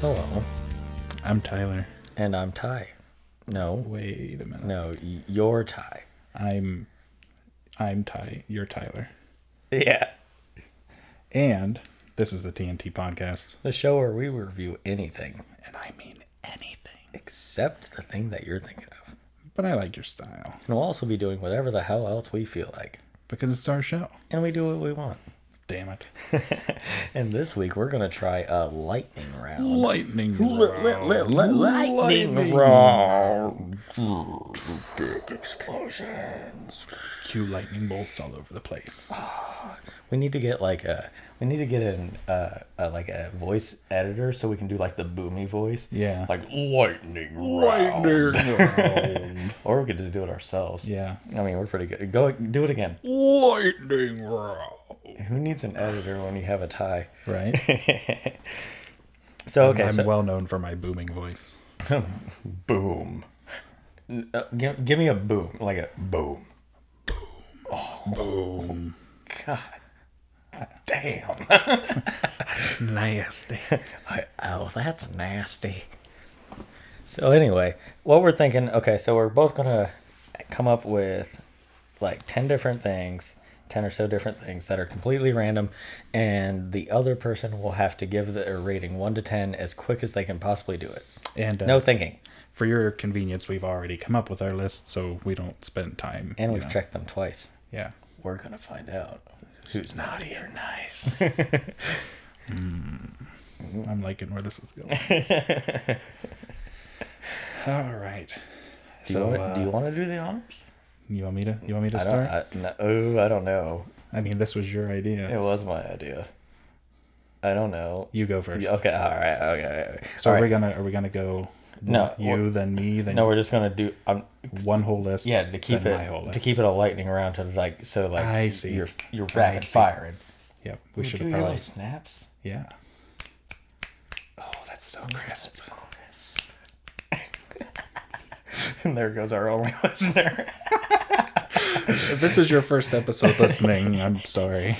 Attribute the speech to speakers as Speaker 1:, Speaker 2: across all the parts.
Speaker 1: Hello.
Speaker 2: I'm Tyler.
Speaker 1: And I'm Ty. No,
Speaker 2: Wait a minute.
Speaker 1: no, y- you're Ty.
Speaker 2: I'm I'm Ty. You're Tyler.
Speaker 1: Yeah.
Speaker 2: And this is the TNT podcast.
Speaker 1: The show where we review anything
Speaker 2: And I mean anything.
Speaker 1: except the thing that you're thinking of.
Speaker 2: But I like your style
Speaker 1: And we'll also be doing whatever the hell else we feel like.
Speaker 2: because it's our show.
Speaker 1: And we do what we want.
Speaker 2: Damn it.
Speaker 1: And this week we're going to try a lightning round.
Speaker 2: Lightning.
Speaker 1: Li- li- li- li- lightning round. Big explosions.
Speaker 2: Cue lightning bolts all over the place.
Speaker 1: We need to get like a we need to get an uh, a, like a voice editor so we can do like the boomy voice.
Speaker 2: Yeah.
Speaker 1: Like lightning round.
Speaker 2: lightning round.
Speaker 1: Or we could just do it ourselves.
Speaker 2: yeah.
Speaker 1: I mean, we're pretty good. Go do it again.
Speaker 2: Lightning round.
Speaker 1: Who needs an editor when you have a tie?
Speaker 2: Right?
Speaker 1: So okay,
Speaker 2: I'm
Speaker 1: so
Speaker 2: well known for my booming voice.
Speaker 1: boom. Uh, give, give me a boom, like a boom.
Speaker 2: Boom.
Speaker 1: God damn.
Speaker 2: Nasty.
Speaker 1: I- oh, that's nasty. So anyway, what we're thinking, okay, so we're both gonna come up with like ten different things, ten or so different things that are completely random, and the other person will have to give their rating one to ten as quick as they can possibly do it.
Speaker 2: And uh,
Speaker 1: No thinking.
Speaker 2: for your convenience, we've already come up with our list, so we don't spend time.
Speaker 1: And
Speaker 2: you
Speaker 1: we've
Speaker 2: know.
Speaker 1: checked them twice.
Speaker 2: Yeah.
Speaker 1: We're gonna find out who's naughty or nice.
Speaker 2: Hmm. I'm liking where this is going. All right.
Speaker 1: Do
Speaker 2: So,
Speaker 1: you wanna, do
Speaker 2: uh,
Speaker 1: you want to do the honors?
Speaker 2: You want me to? You want me to
Speaker 1: I
Speaker 2: start?
Speaker 1: don't.
Speaker 2: I,
Speaker 1: I, no, oh, I don't know.
Speaker 2: mean, this was your idea.
Speaker 1: It was my idea. I don't know.
Speaker 2: you go first.
Speaker 1: Yeah, okay. All right. Okay. okay.
Speaker 2: So
Speaker 1: all
Speaker 2: are
Speaker 1: right.
Speaker 2: we gonna? Are we gonna go?
Speaker 1: No,
Speaker 2: You then me then
Speaker 1: no, we're just gonna do. Um,
Speaker 2: one whole list.
Speaker 1: yeah, to keep
Speaker 2: then my whole
Speaker 1: it to
Speaker 2: list.
Speaker 1: keep it a lightning round to like so like
Speaker 2: I see.
Speaker 1: you're you're
Speaker 2: I
Speaker 1: rapid
Speaker 2: see.
Speaker 1: firing.
Speaker 2: Yep. We
Speaker 1: You
Speaker 2: should
Speaker 1: do
Speaker 2: have
Speaker 1: your
Speaker 2: probably.
Speaker 1: little snaps.
Speaker 2: Yeah. Oh, that's so crisp.
Speaker 1: and there goes our only listener.
Speaker 2: if this is your first episode listening, I'm sorry.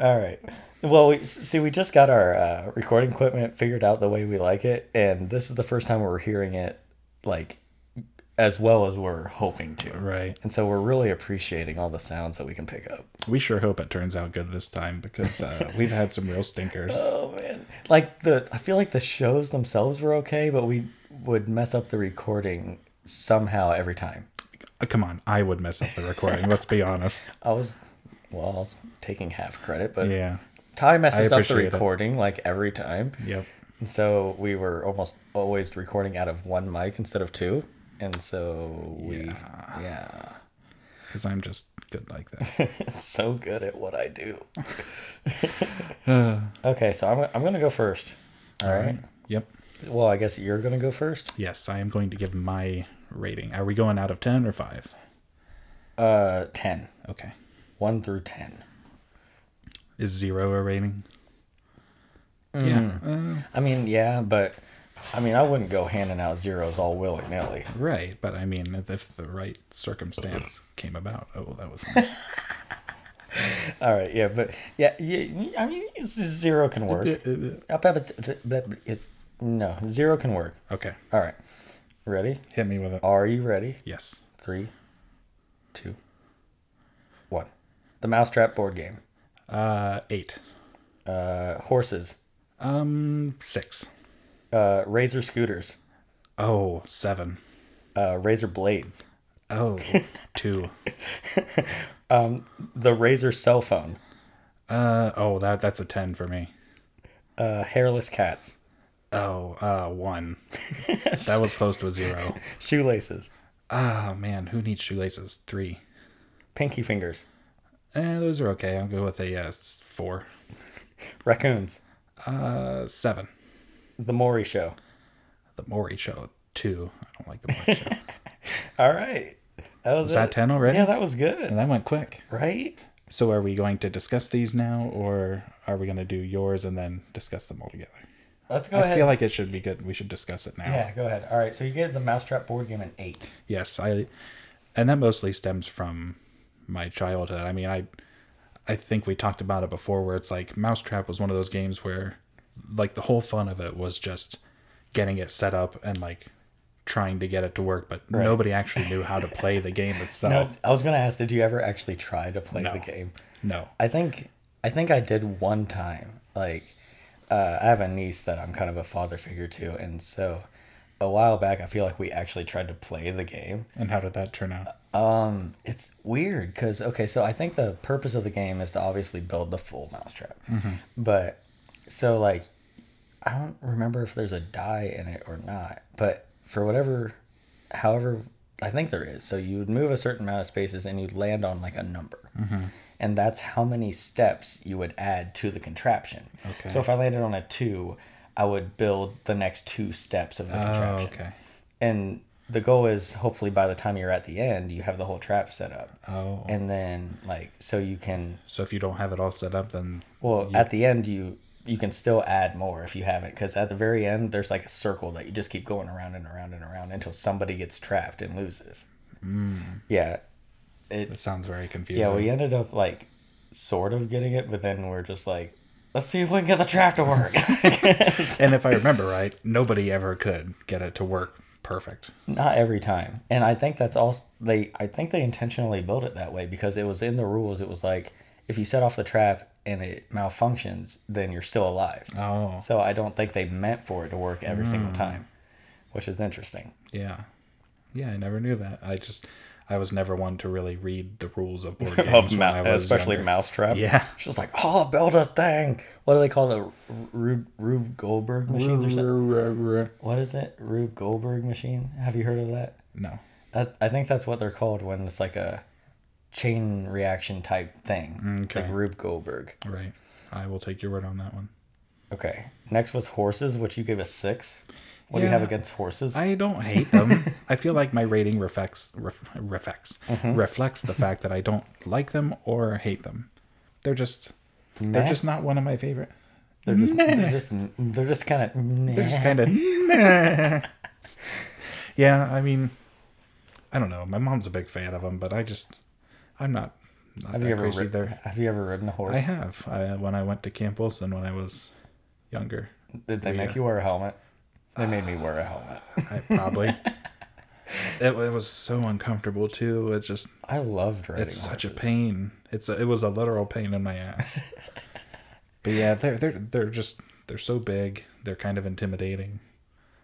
Speaker 1: All right. Well, we, see, we just got our uh, recording equipment figured out the way we like it, and this is the first time we're hearing it like as well as we're hoping to.
Speaker 2: Right.
Speaker 1: And so we're really appreciating all the sounds that we can pick up.
Speaker 2: We sure hope it turns out good this time because uh, we've had some real stinkers. Uh,
Speaker 1: Oh man! Like the, I feel like the shows themselves were okay, but we would mess up the recording somehow every time.
Speaker 2: Uh, Come on, I would mess up the recording. let's be honest.
Speaker 1: I was, well, I was taking half credit, but
Speaker 2: Yeah.
Speaker 1: Ty messes up the
Speaker 2: appreciate it.
Speaker 1: recording like every time.
Speaker 2: Yep.
Speaker 1: And so we were almost always recording out of one mic instead of two. And so we, yeah,
Speaker 2: Because I'm just good like that.
Speaker 1: so good at what I do. okay, so I'm, I'm going to go first. All right.
Speaker 2: yep.
Speaker 1: Well, I guess you're going to go first.
Speaker 2: Yes, I am going to give my rating. Are we going out of ten or five?
Speaker 1: Uh, 10,
Speaker 2: Okay.
Speaker 1: 1 through 10.
Speaker 2: Is zero a rating? Yeah. uh,
Speaker 1: I mean, yeah, but I mean, I wouldn't go handing out zeros all willy nilly.
Speaker 2: right, but I mean, if- if the right circumstance came about, oh, that was nice.
Speaker 1: All right, yeah, but yeah, yeah I mean, it's, zero can work. Up, up, it's, it's, no, zero can work.
Speaker 2: okay.
Speaker 1: All right. Ready?
Speaker 2: Hit me with it.
Speaker 1: Are you ready?
Speaker 2: Yes.
Speaker 1: Three, two, one. The Mousetrap board game.
Speaker 2: Uh, eight.
Speaker 1: Uh, horses.
Speaker 2: Um, six.
Speaker 1: Uh, razor scooters.
Speaker 2: Oh, seven.
Speaker 1: Uh, razor blades.
Speaker 2: Oh, two.
Speaker 1: The razor cell phone.
Speaker 2: Uh, oh, that that's a ten for me.
Speaker 1: Uh, hairless cats.
Speaker 2: Oh, uh, one. that was close to a zero.
Speaker 1: Shoelaces.
Speaker 2: Ah, man, who needs shoelaces? Three.
Speaker 1: Pinky fingers.
Speaker 2: Eh, those are okay. I'll go with a uh, s- four.
Speaker 1: Raccoons.
Speaker 2: Uh, seven.
Speaker 1: The Maury Show.
Speaker 2: The Maury Show, two. I don't like the Maury Show.
Speaker 1: All right. That was,
Speaker 2: Is that
Speaker 1: it.
Speaker 2: ten already?
Speaker 1: Yeah, that was good.
Speaker 2: And that went quick.
Speaker 1: Right?
Speaker 2: So, are we going to discuss these now, or are we going to do yours and then discuss them all together?
Speaker 1: Let's go
Speaker 2: I
Speaker 1: ahead.
Speaker 2: feel like it should be good. We should discuss it now.
Speaker 1: yeah, go ahead. All right. So you gave the Mousetrap board game an eight.
Speaker 2: Yes, I, and that mostly stems from my childhood. I mean, I, I think we talked about it before, where it's like Mousetrap was one of those games where like the whole fun of it was just getting it set up and like trying to get it to work, but nobody actually knew how to play the game
Speaker 1: No,
Speaker 2: itself.
Speaker 1: I was gonna ask, did you ever actually try to play the
Speaker 2: No.
Speaker 1: game?
Speaker 2: No.
Speaker 1: I think I think I did one time. Like uh, I have a niece that I'm kind of a father figure to, and so a while back I feel like we actually tried to play the game.
Speaker 2: And how did that turn out?
Speaker 1: Um, it's weird because okay, so I think the purpose of the game is to obviously build the full mousetrap,
Speaker 2: Mm-hmm.
Speaker 1: but so like I don't remember if there's a die in it or not, but for whatever, however, I think there is. So you would move a certain amount of spaces and you'd land on like a number.
Speaker 2: Mm-hmm.
Speaker 1: And that's how many steps you would add to the contraption.
Speaker 2: Okay.
Speaker 1: So if I landed on a two, I would build the next two steps of the
Speaker 2: Oh,
Speaker 1: contraption.
Speaker 2: okay.
Speaker 1: And the goal is hopefully by the time you're at the end, you have the whole trap set up.
Speaker 2: Oh.
Speaker 1: And then, like, so you can
Speaker 2: so if you don't have it all set up, then
Speaker 1: well, at the end, you you can still add more if you haven't, because at the very end, there's like a circle that you just keep going around and around and around until somebody gets trapped and loses. Mm. Yeah,
Speaker 2: it
Speaker 1: it.
Speaker 2: sounds very confusing.
Speaker 1: Yeah, we ended up like sort of getting it, but then we're just like, let's see if we can get the trap to work.
Speaker 2: and if I remember right, nobody ever could get it to work perfect.
Speaker 1: Not every time, and I think that's all they. I think they intentionally built it that way because it was in the rules. It was like if you set off the trap and it malfunctions, then you're still alive.
Speaker 2: Oh, Hmm.
Speaker 1: So I don't think they meant for it to work every single time, which is interesting.
Speaker 2: yeah. Yeah, I never knew that. I just, I was never one to really read the rules of board games. when I was
Speaker 1: especially
Speaker 2: younger.
Speaker 1: Mousetrap.
Speaker 2: Yeah.
Speaker 1: She's like, oh, build a thing. What do they call the Rube, Rube Goldberg machines or something? What is it? Rube Goldberg machine? Have you heard of that?
Speaker 2: No.
Speaker 1: that I think that's what they're called when it's like a chain reaction type thing. It's like
Speaker 2: Okay.
Speaker 1: Rube Goldberg.
Speaker 2: Right. I will take your word on that one.
Speaker 1: Okay. Next was horses, which you gave a six. What do you have
Speaker 2: Yeah.
Speaker 1: against horses?
Speaker 2: I don't hate them. I feel like my rating reflects ref, reflects
Speaker 1: Mm-hmm.
Speaker 2: reflects the fact that I don't like them or hate them. They're just they're
Speaker 1: Meh.
Speaker 2: just not one of my favorite.
Speaker 1: They're just, they're just, they're just kind of.
Speaker 2: They're just kind of yeah. I mean, I don't know. My mom's a big fan of them, but I just I'm not. not
Speaker 1: Have
Speaker 2: that
Speaker 1: you ever
Speaker 2: crazy.
Speaker 1: rid-
Speaker 2: They're-
Speaker 1: have you ever ridden a horse?
Speaker 2: I have I, when I went to Camp Wilson when I was younger.
Speaker 1: Did they make
Speaker 2: Oh, Yeah.
Speaker 1: you wear a helmet? They made me wear a helmet.
Speaker 2: I probably. it, it was so uncomfortable too. It's just
Speaker 1: I loved riding.
Speaker 2: it's such a pain. It's a, it was a literal pain in my ass. but yeah, they're they're they're just they're so big. They're kind of intimidating.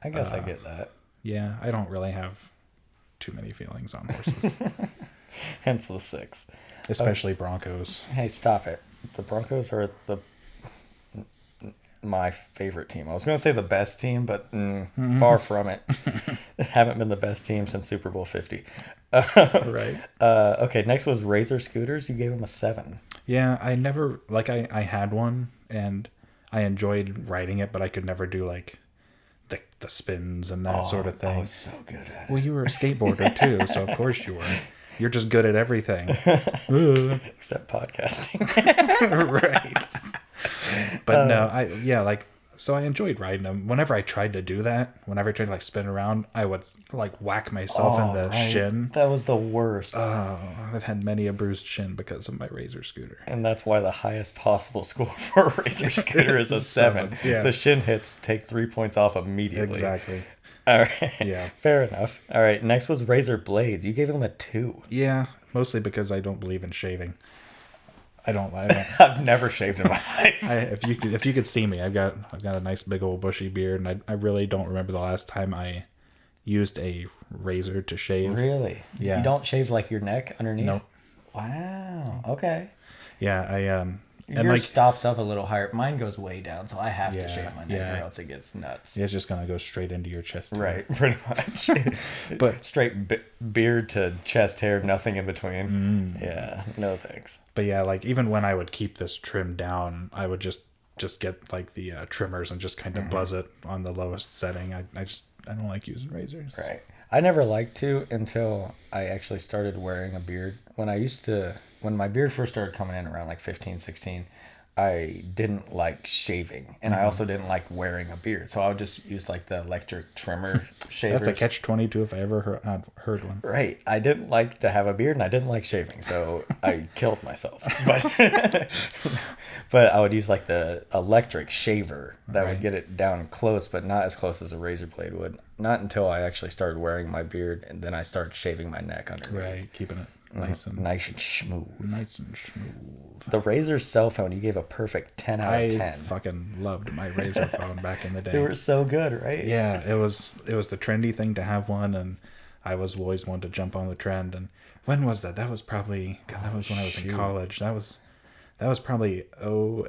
Speaker 1: I guess
Speaker 2: Uh.
Speaker 1: I get that.
Speaker 2: Yeah, I don't really have too many feelings on horses,
Speaker 1: Hence the six.
Speaker 2: especially Broncos.
Speaker 1: Hey, stop it. The Broncos are the my favorite team. I was going to say the best team, but mm, far from it. Haven't been the best team since Super Bowl 50.
Speaker 2: Right.
Speaker 1: Uh, okay, next was Razor Scooters. You gave them a seven.
Speaker 2: Yeah, I never like I I had one and I enjoyed riding it, but I could never do like the the spins and that sort of thing.
Speaker 1: Oh, so good at
Speaker 2: Well, you were a skateboarder too, so of course you were. You're just good at everything. Ugh.
Speaker 1: Except podcasting.
Speaker 2: right. But no, I yeah, like so I enjoyed riding them. Whenever I tried to do that, whenever I tried to like spin around, I would like whack myself in the
Speaker 1: Right.
Speaker 2: shin.
Speaker 1: That was the worst.
Speaker 2: Oh, I've had many a bruised shin because of my razor scooter.
Speaker 1: and that's why the highest possible score for a Razor Scooter is a seven.
Speaker 2: Seven, yeah.
Speaker 1: The shin hits take three points off immediately.
Speaker 2: Exactly.
Speaker 1: All right.
Speaker 2: Yeah.
Speaker 1: Fair enough. All right. Next was Razor Blades. You gave them a two.
Speaker 2: Yeah, mostly because I don't believe in shaving. I don't. I, don't-
Speaker 1: I've never shaved in my life.
Speaker 2: I if you could, if you could see me, I've got I've got a nice big old bushy beard, and I I really don't remember the last time I used a razor to shave.
Speaker 1: Really?
Speaker 2: Yeah.
Speaker 1: You don't shave like your neck underneath?
Speaker 2: Nope.
Speaker 1: Wow. Okay.
Speaker 2: Yeah, I um and
Speaker 1: Yours
Speaker 2: like
Speaker 1: stops up a little higher. Mine goes way down, so I have
Speaker 2: Yeah,
Speaker 1: to shave my neck
Speaker 2: yeah.
Speaker 1: or else it gets nuts.
Speaker 2: it's just gonna go straight into your chest. hair.
Speaker 1: Right, pretty much.
Speaker 2: But-
Speaker 1: straight be- beard to chest hair, nothing in between. Yeah, no thanks.
Speaker 2: But yeah, like even when I would keep this trim down, I would just just get like the uh, trimmers and just kind of
Speaker 1: Mm-hmm.
Speaker 2: buzz it on the lowest setting. I I just I don't like using razors.
Speaker 1: Right. I never liked to until I actually started wearing a beard. When I used to, when my beard first started coming in around like 15, 16, I didn't like shaving. And I also didn't like wearing a beard. So I would just use like the electric trimmer shavers.
Speaker 2: That's a catch twenty two if I ever heard, uh, heard one.
Speaker 1: Right. I didn't like to have a beard and I didn't like shaving, so I killed myself. But But I would use like the electric shaver that
Speaker 2: Right.
Speaker 1: would get it down close, but not as close as a razor blade would. Not until I actually started wearing my beard and then I started shaving my neck underneath.
Speaker 2: Right, keeping it
Speaker 1: Mm-hmm.
Speaker 2: nice and
Speaker 1: Nice and smooth.
Speaker 2: nice and smooth.
Speaker 1: The Razor cell phone, you gave a perfect 10 out
Speaker 2: I
Speaker 1: of 10.
Speaker 2: fucking loved my razor phone back in the day.
Speaker 1: They were so good, right?
Speaker 2: yeah, it was it was the trendy thing to have one, and I was always one to jump on the trend. And when was that? That was probably God, that was when I was in college. That was that was probably oh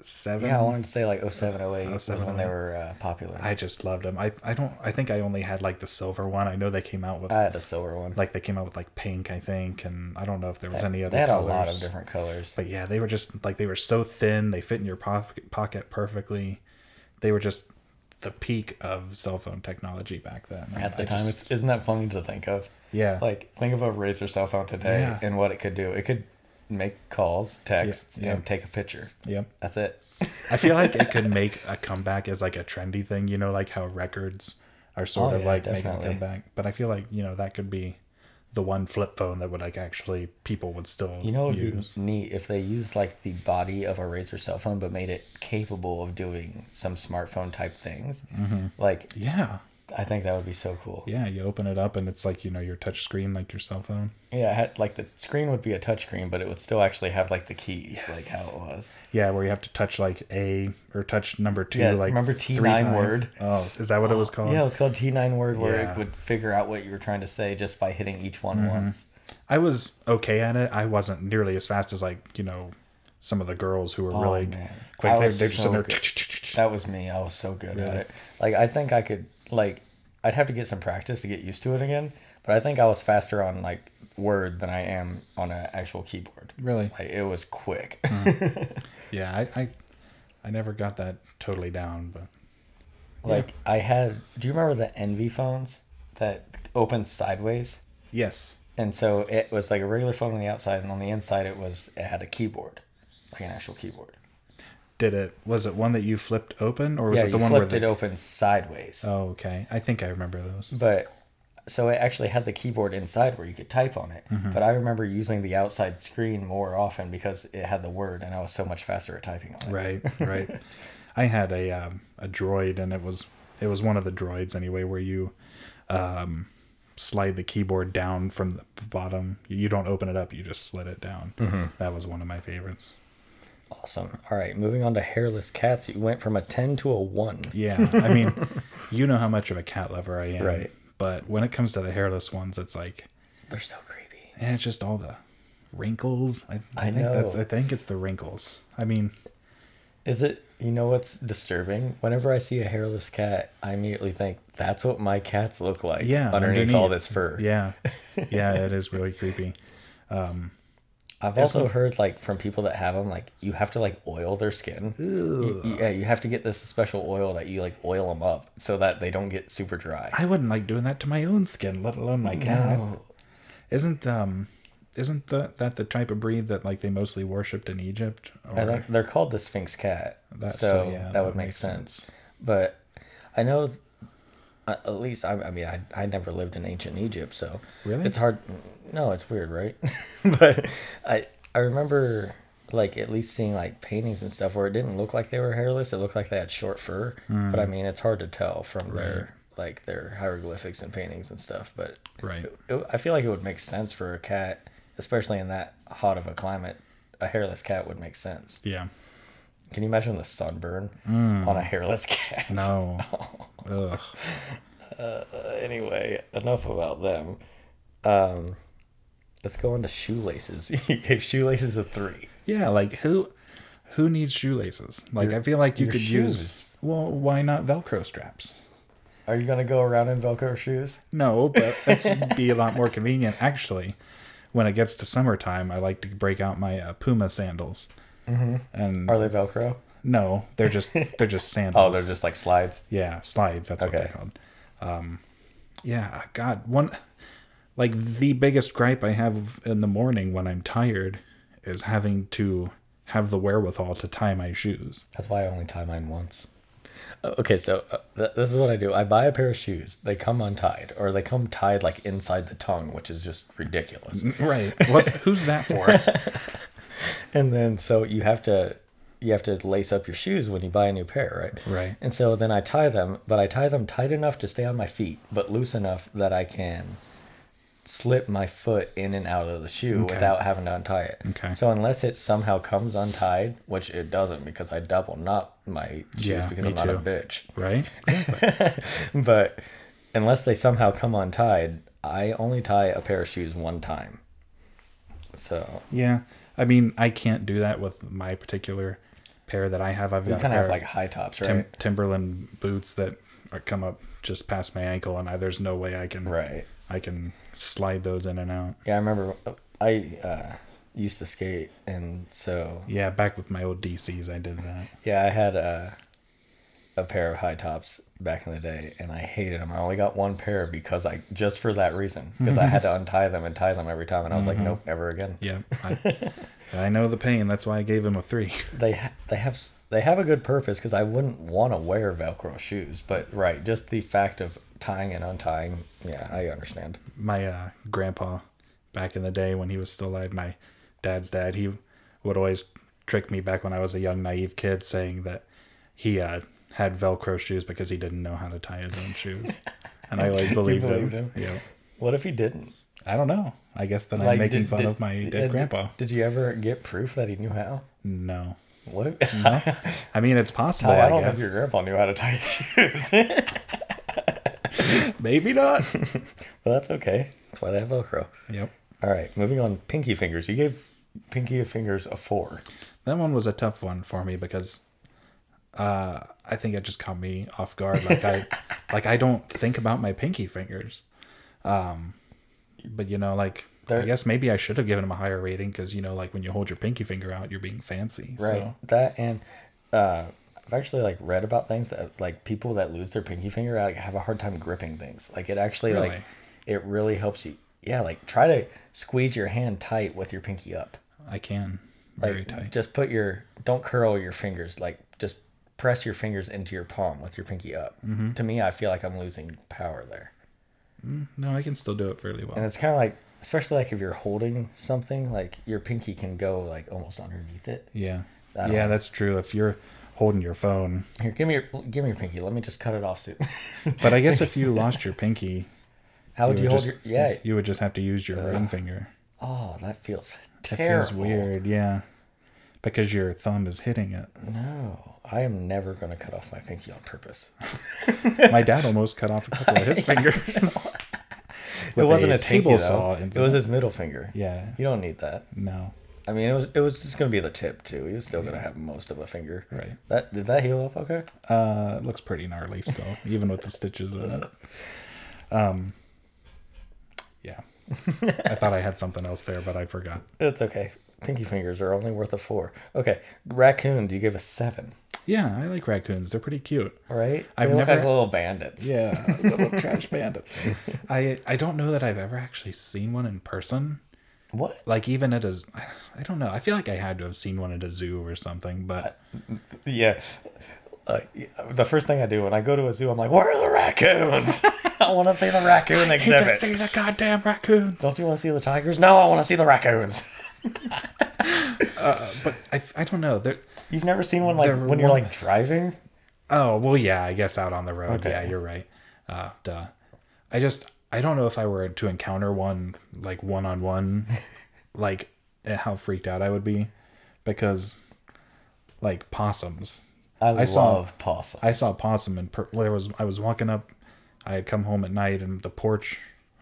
Speaker 2: seven.
Speaker 1: Yeah, I wanted to say like 07, 08 was
Speaker 2: 07,
Speaker 1: when they were uh, popular. I,
Speaker 2: I just loved them. I I don't. I think I only had like the silver one. I know they came out with
Speaker 1: had a silver one.
Speaker 2: like they came out with like pink, I think, and I don't know if there was any other.
Speaker 1: they had a
Speaker 2: colors.
Speaker 1: lot of different colors.
Speaker 2: But yeah, they were just like they were so thin. They fit in your pof- pocket perfectly. They were just the peak of cell phone technology back then.
Speaker 1: At the
Speaker 2: I
Speaker 1: time,
Speaker 2: just-
Speaker 1: it's isn't that funny to think of?
Speaker 2: yeah,
Speaker 1: Like, think of a Razor cell phone today
Speaker 2: Yeah.
Speaker 1: and what it could do. It could make calls, texts,
Speaker 2: yeah.
Speaker 1: and take a picture.
Speaker 2: yep.
Speaker 1: That's it.
Speaker 2: I feel like it could make a comeback as like a trendy thing. You know, like how records are sort
Speaker 1: Oh,
Speaker 2: of
Speaker 1: yeah,
Speaker 2: like making a
Speaker 1: definitely.
Speaker 2: comeback. But I feel like you know that could be the one flip phone that would like actually people would still
Speaker 1: You know, what would be
Speaker 2: use.
Speaker 1: neat if they used like the body of a Razor cell phone, but made it capable of doing some smartphone type things.
Speaker 2: Mm-hmm.
Speaker 1: Like,
Speaker 2: Yeah.
Speaker 1: I think that would be so cool.
Speaker 2: Yeah, you open it up and it's like, you know, your touch screen like your cell phone.
Speaker 1: Yeah, it had, like the screen would be a touch screen, but it would still actually have like the keys, like how it was.
Speaker 2: Yeah, where you have to touch like A or touch number two,
Speaker 1: Yeah,
Speaker 2: like
Speaker 1: remember
Speaker 2: three
Speaker 1: T9
Speaker 2: times.
Speaker 1: word?
Speaker 2: Oh, is that what it was called?
Speaker 1: Yeah, it was called T9 word where
Speaker 2: Yeah. Mm-hmm.
Speaker 1: it would figure out what you were trying to say just by hitting each one once.
Speaker 2: I was okay at it. I wasn't nearly as fast as like you know some of the girls who were really
Speaker 1: Oh, man. I
Speaker 2: quick. They're,
Speaker 1: was
Speaker 2: they're just
Speaker 1: so
Speaker 2: in there.
Speaker 1: good. That was me. I was so good at
Speaker 2: Really?
Speaker 1: it. Like I think I could like I'd have to get some practice to get used to it again, but I think I was faster on like word than I am on an actual keyboard.
Speaker 2: Really? Mm.
Speaker 1: Like it was quick.
Speaker 2: Yeah, I, I I never got that totally down, but
Speaker 1: like I had do you remember the Envy phones that opened sideways?
Speaker 2: yes,
Speaker 1: and so it was like a regular phone on the outside and on the inside it was it had a keyboard like an actual keyboard
Speaker 2: did it. Was it one that you flipped open or was
Speaker 1: yeah
Speaker 2: it the
Speaker 1: you
Speaker 2: one where
Speaker 1: flipped it
Speaker 2: the-
Speaker 1: open sideways
Speaker 2: Oh, okay. I think I remember those.
Speaker 1: but so it actually had the keyboard inside where you could type on it
Speaker 2: Mm-hmm.
Speaker 1: but i remember using the outside screen more often because it had the word and i was so much faster at typing on it
Speaker 2: Right, right. I had a um, a droid, and it was it was one of the droids anyway, where you um, slide the keyboard down from the bottom. You you don't open it up; you just slid it down.
Speaker 1: Mm-hmm.
Speaker 2: That was one of my favorites.
Speaker 1: awesome all right moving on to hairless cats you went from a 10 to a 1
Speaker 2: Yeah, I mean, you know how much of a cat lover I am,
Speaker 1: Right.
Speaker 2: But when it comes to the hairless ones, it's like
Speaker 1: they're so creepy
Speaker 2: eh, it's just all the wrinkles. I,
Speaker 1: I
Speaker 2: think That's,
Speaker 1: know.
Speaker 2: I think it's the wrinkles. I mean,
Speaker 1: Is it, you know what's disturbing? Whenever I see a hairless cat, I immediately think that's what my cats look like
Speaker 2: yeah,
Speaker 1: underneath, all this fur.
Speaker 2: Yeah, yeah, it is really creepy.
Speaker 1: I've also heard like from people that have them, like you have to like oil their skin. Y- y- yeah, you have to get this special oil that you like oil them up so that they don't get super dry.
Speaker 2: I wouldn't like doing that to my own skin, let alone my cat. Isn't um isn't the, that the type of breed that like they mostly worshipped in Egypt? Or,
Speaker 1: I think they're called the Sphinx cat.
Speaker 2: That-
Speaker 1: so
Speaker 2: so, yeah,
Speaker 1: that,
Speaker 2: that
Speaker 1: would make
Speaker 2: makes
Speaker 1: sense.
Speaker 2: sense.
Speaker 1: But I know, uh, at least I, I mean I, I never lived in ancient Egypt, so
Speaker 2: Really?
Speaker 1: it's hard. No, it's weird, right? but I I remember like at least seeing like paintings and stuff where it didn't look like they were hairless. It looked like they had short fur.
Speaker 2: Hmm.
Speaker 1: But I mean, it's hard to tell from their like their hieroglyphics and paintings and stuff. But
Speaker 2: Right.
Speaker 1: it, I feel like it would make sense for a cat, especially in that hot of a climate. A hairless cat would make sense.
Speaker 2: Yeah.
Speaker 1: Can you imagine the sunburn on a hairless cat?
Speaker 2: Mm. No. Ugh.
Speaker 1: anyway, enough about them. Um, let's go on to shoelaces. you gave shoelaces a three.
Speaker 2: Yeah, like who who needs shoelaces? Like I feel like you
Speaker 1: your
Speaker 2: could use
Speaker 1: shoes.
Speaker 2: Well, why not Velcro straps?
Speaker 1: Are you gonna go around in Velcro shoes?
Speaker 2: No, but that'd be a lot more convenient. Actually, when it gets to summertime, I like to break out my uh, Puma sandals. Mm-hmm. And
Speaker 1: Are they Velcro?
Speaker 2: no, they're just they're just sandals.
Speaker 1: Oh, they're just like slides.
Speaker 2: Yeah, slides. That's what
Speaker 1: Okay.
Speaker 2: they're called. Um, yeah, God, one like the biggest gripe I have in the morning when I'm tired is having to have the wherewithal to tie my shoes.
Speaker 1: That's why I only tie mine once. Uh, Okay, so uh, th- this is what I do. I buy a pair of shoes. They come untied, or they come tied like inside the tongue, which is just ridiculous.
Speaker 2: Right. What's who's that for?
Speaker 1: And then so you have to you have to lace up your shoes when you buy a new pair, right?
Speaker 2: Right.
Speaker 1: And so then I tie them, but I tie them tight enough to stay on my feet, but loose enough that I can slip my foot in and out of the shoe without having to untie it.
Speaker 2: Okay.
Speaker 1: So unless it somehow comes untied, which it doesn't because I double knot my shoes
Speaker 2: Yeah,
Speaker 1: because
Speaker 2: me
Speaker 1: I'm not a
Speaker 2: too.
Speaker 1: bitch.
Speaker 2: Right.
Speaker 1: But unless they somehow come untied, I only tie a pair of shoes one time. So
Speaker 2: Yeah. I mean, I can't do that with my particular pair that I have. I've
Speaker 1: you
Speaker 2: got a
Speaker 1: kind of
Speaker 2: pair
Speaker 1: have like high tops, right?
Speaker 2: Tim- Timberland boots that are, come up just past my ankle, and I, there's no way I can
Speaker 1: Right.
Speaker 2: I can slide those in and out.
Speaker 1: Yeah, I remember I uh, used to skate, and so
Speaker 2: Yeah, back with my old DCs, I did that.
Speaker 1: yeah, I had a a pair of high tops back in the day, and I hated them. I only got one pair because I just for that reason because I had to untie them and tie them every time, and I was like, nope, never again.
Speaker 2: Mm-hmm. Yeah, I, I know the pain. That's why I gave him a three.
Speaker 1: They ha- they have s- they have a good purpose because I wouldn't want to wear Velcro shoes, but right, just the fact of tying and untying. Yeah, I understand.
Speaker 2: my uh, grandpa back in the day when he was still alive, my dad's dad, he would always trick me back when I was a young naive kid saying that he uh, had Velcro shoes because he didn't know how to tie his own shoes. And I always believed,
Speaker 1: believed
Speaker 2: him.
Speaker 1: him?
Speaker 2: Yeah.
Speaker 1: What if he didn't?
Speaker 2: I don't know. I guess then I'm
Speaker 1: Like,
Speaker 2: making
Speaker 1: did-
Speaker 2: fun
Speaker 1: did-
Speaker 2: of my
Speaker 1: uh,
Speaker 2: dead grandpa.
Speaker 1: Did you ever get proof that he knew how?
Speaker 2: No.
Speaker 1: What if?
Speaker 2: No. I mean, it's possible,
Speaker 1: I,
Speaker 2: I,
Speaker 1: don't know if
Speaker 2: guess.
Speaker 1: your grandpa knew how to tie shoes.
Speaker 2: Maybe not.
Speaker 1: well, that's okay. That's why they have Velcro.
Speaker 2: yep.
Speaker 1: All right, moving on. Pinky fingers. You gave pinky fingers a four.
Speaker 2: That one was a tough one for me because uh, I think it just caught me off guard. Like I, like I don't think about my pinky fingers. Um, but you know, like I
Speaker 1: There-
Speaker 2: guess maybe I should have given him a higher rating because you know, like when you hold your pinky finger out, you're being fancy.
Speaker 1: Right.
Speaker 2: So,
Speaker 1: That and uh, I've actually like read about things that like people that lose their pinky finger like have a hard time gripping things. Like it actually like
Speaker 2: Really?
Speaker 1: it really helps you. Yeah, like try to squeeze your hand tight with your pinky up.
Speaker 2: I can
Speaker 1: Like
Speaker 2: very tight.
Speaker 1: just put your don't curl your fingers. Like just press your fingers into your palm with your pinky up.
Speaker 2: Mm-hmm.
Speaker 1: To me, I feel like I'm losing power there.
Speaker 2: no, I can still do it fairly
Speaker 1: And
Speaker 2: well.
Speaker 1: it's kind of like, especially like if you're holding something, like your pinky can go like almost underneath it.
Speaker 2: Yeah.
Speaker 1: I
Speaker 2: Yeah,
Speaker 1: don't know.
Speaker 2: that's true. If you're holding your phone,
Speaker 1: Here, give me your give me your pinky. Let me just cut it off soon.
Speaker 2: but I guess if you lost your pinky,
Speaker 1: How would you,
Speaker 2: would
Speaker 1: hold
Speaker 2: just-
Speaker 1: your? Yeah. Uh,
Speaker 2: you would just have to use your ring finger.
Speaker 1: Oh, that feels
Speaker 2: It
Speaker 1: terrible.
Speaker 2: feels weird, yeah. Because your thumb is hitting it.
Speaker 1: No, I am never gonna cut off my pinky on purpose.
Speaker 2: My dad almost cut off a couple of his fingers.
Speaker 1: It wasn't
Speaker 2: a
Speaker 1: his pinky,
Speaker 2: table
Speaker 1: though.
Speaker 2: saw
Speaker 1: It
Speaker 2: incident.
Speaker 1: was his middle finger.
Speaker 2: Yeah.
Speaker 1: You don't need that.
Speaker 2: No.
Speaker 1: I mean, it was it was just gonna be the tip too. He was still gonna have most of a finger.
Speaker 2: Right.
Speaker 1: That did that heal up okay?
Speaker 2: Uh, it looks pretty gnarly still, even with the stitches in it. Um, yeah. I thought I had something else there, but I forgot.
Speaker 1: It's okay. Pinky fingers are only worth a four. Okay, raccoon. Do you give a seven?
Speaker 2: Yeah, I like raccoons. They're pretty cute.
Speaker 1: Right?
Speaker 2: I've
Speaker 1: they look
Speaker 2: never-
Speaker 1: like little bandits.
Speaker 2: Yeah, little trash bandits. I I don't know that I've ever actually seen one in person.
Speaker 1: What?
Speaker 2: Like even at a, z- I don't know. I feel like I had to have seen one at a zoo or something.
Speaker 1: Uh,
Speaker 2: But
Speaker 1: Yeah. Uh, the first thing I do when I go to a zoo, I'm like, "Where are the raccoons? I want to see the raccoon
Speaker 2: I hate to
Speaker 1: exhibit.
Speaker 2: see the goddamn raccoons.
Speaker 1: Don't you want to see the tigers? No, I want to see the raccoons.
Speaker 2: But I, I don't know. They're,
Speaker 1: You've never seen one like
Speaker 2: They're
Speaker 1: when you're
Speaker 2: one-
Speaker 1: like driving.
Speaker 2: oh well, yeah. I guess out on the road.
Speaker 1: Okay.
Speaker 2: Yeah, you're right. Uh, duh. I just I don't know if I were to encounter one like one on one, like eh, how freaked out I would be, because like possums.
Speaker 1: I, love
Speaker 2: saw-
Speaker 1: possums.
Speaker 2: I saw a possum and per- well, there was I was walking up. I had come home at night and the porch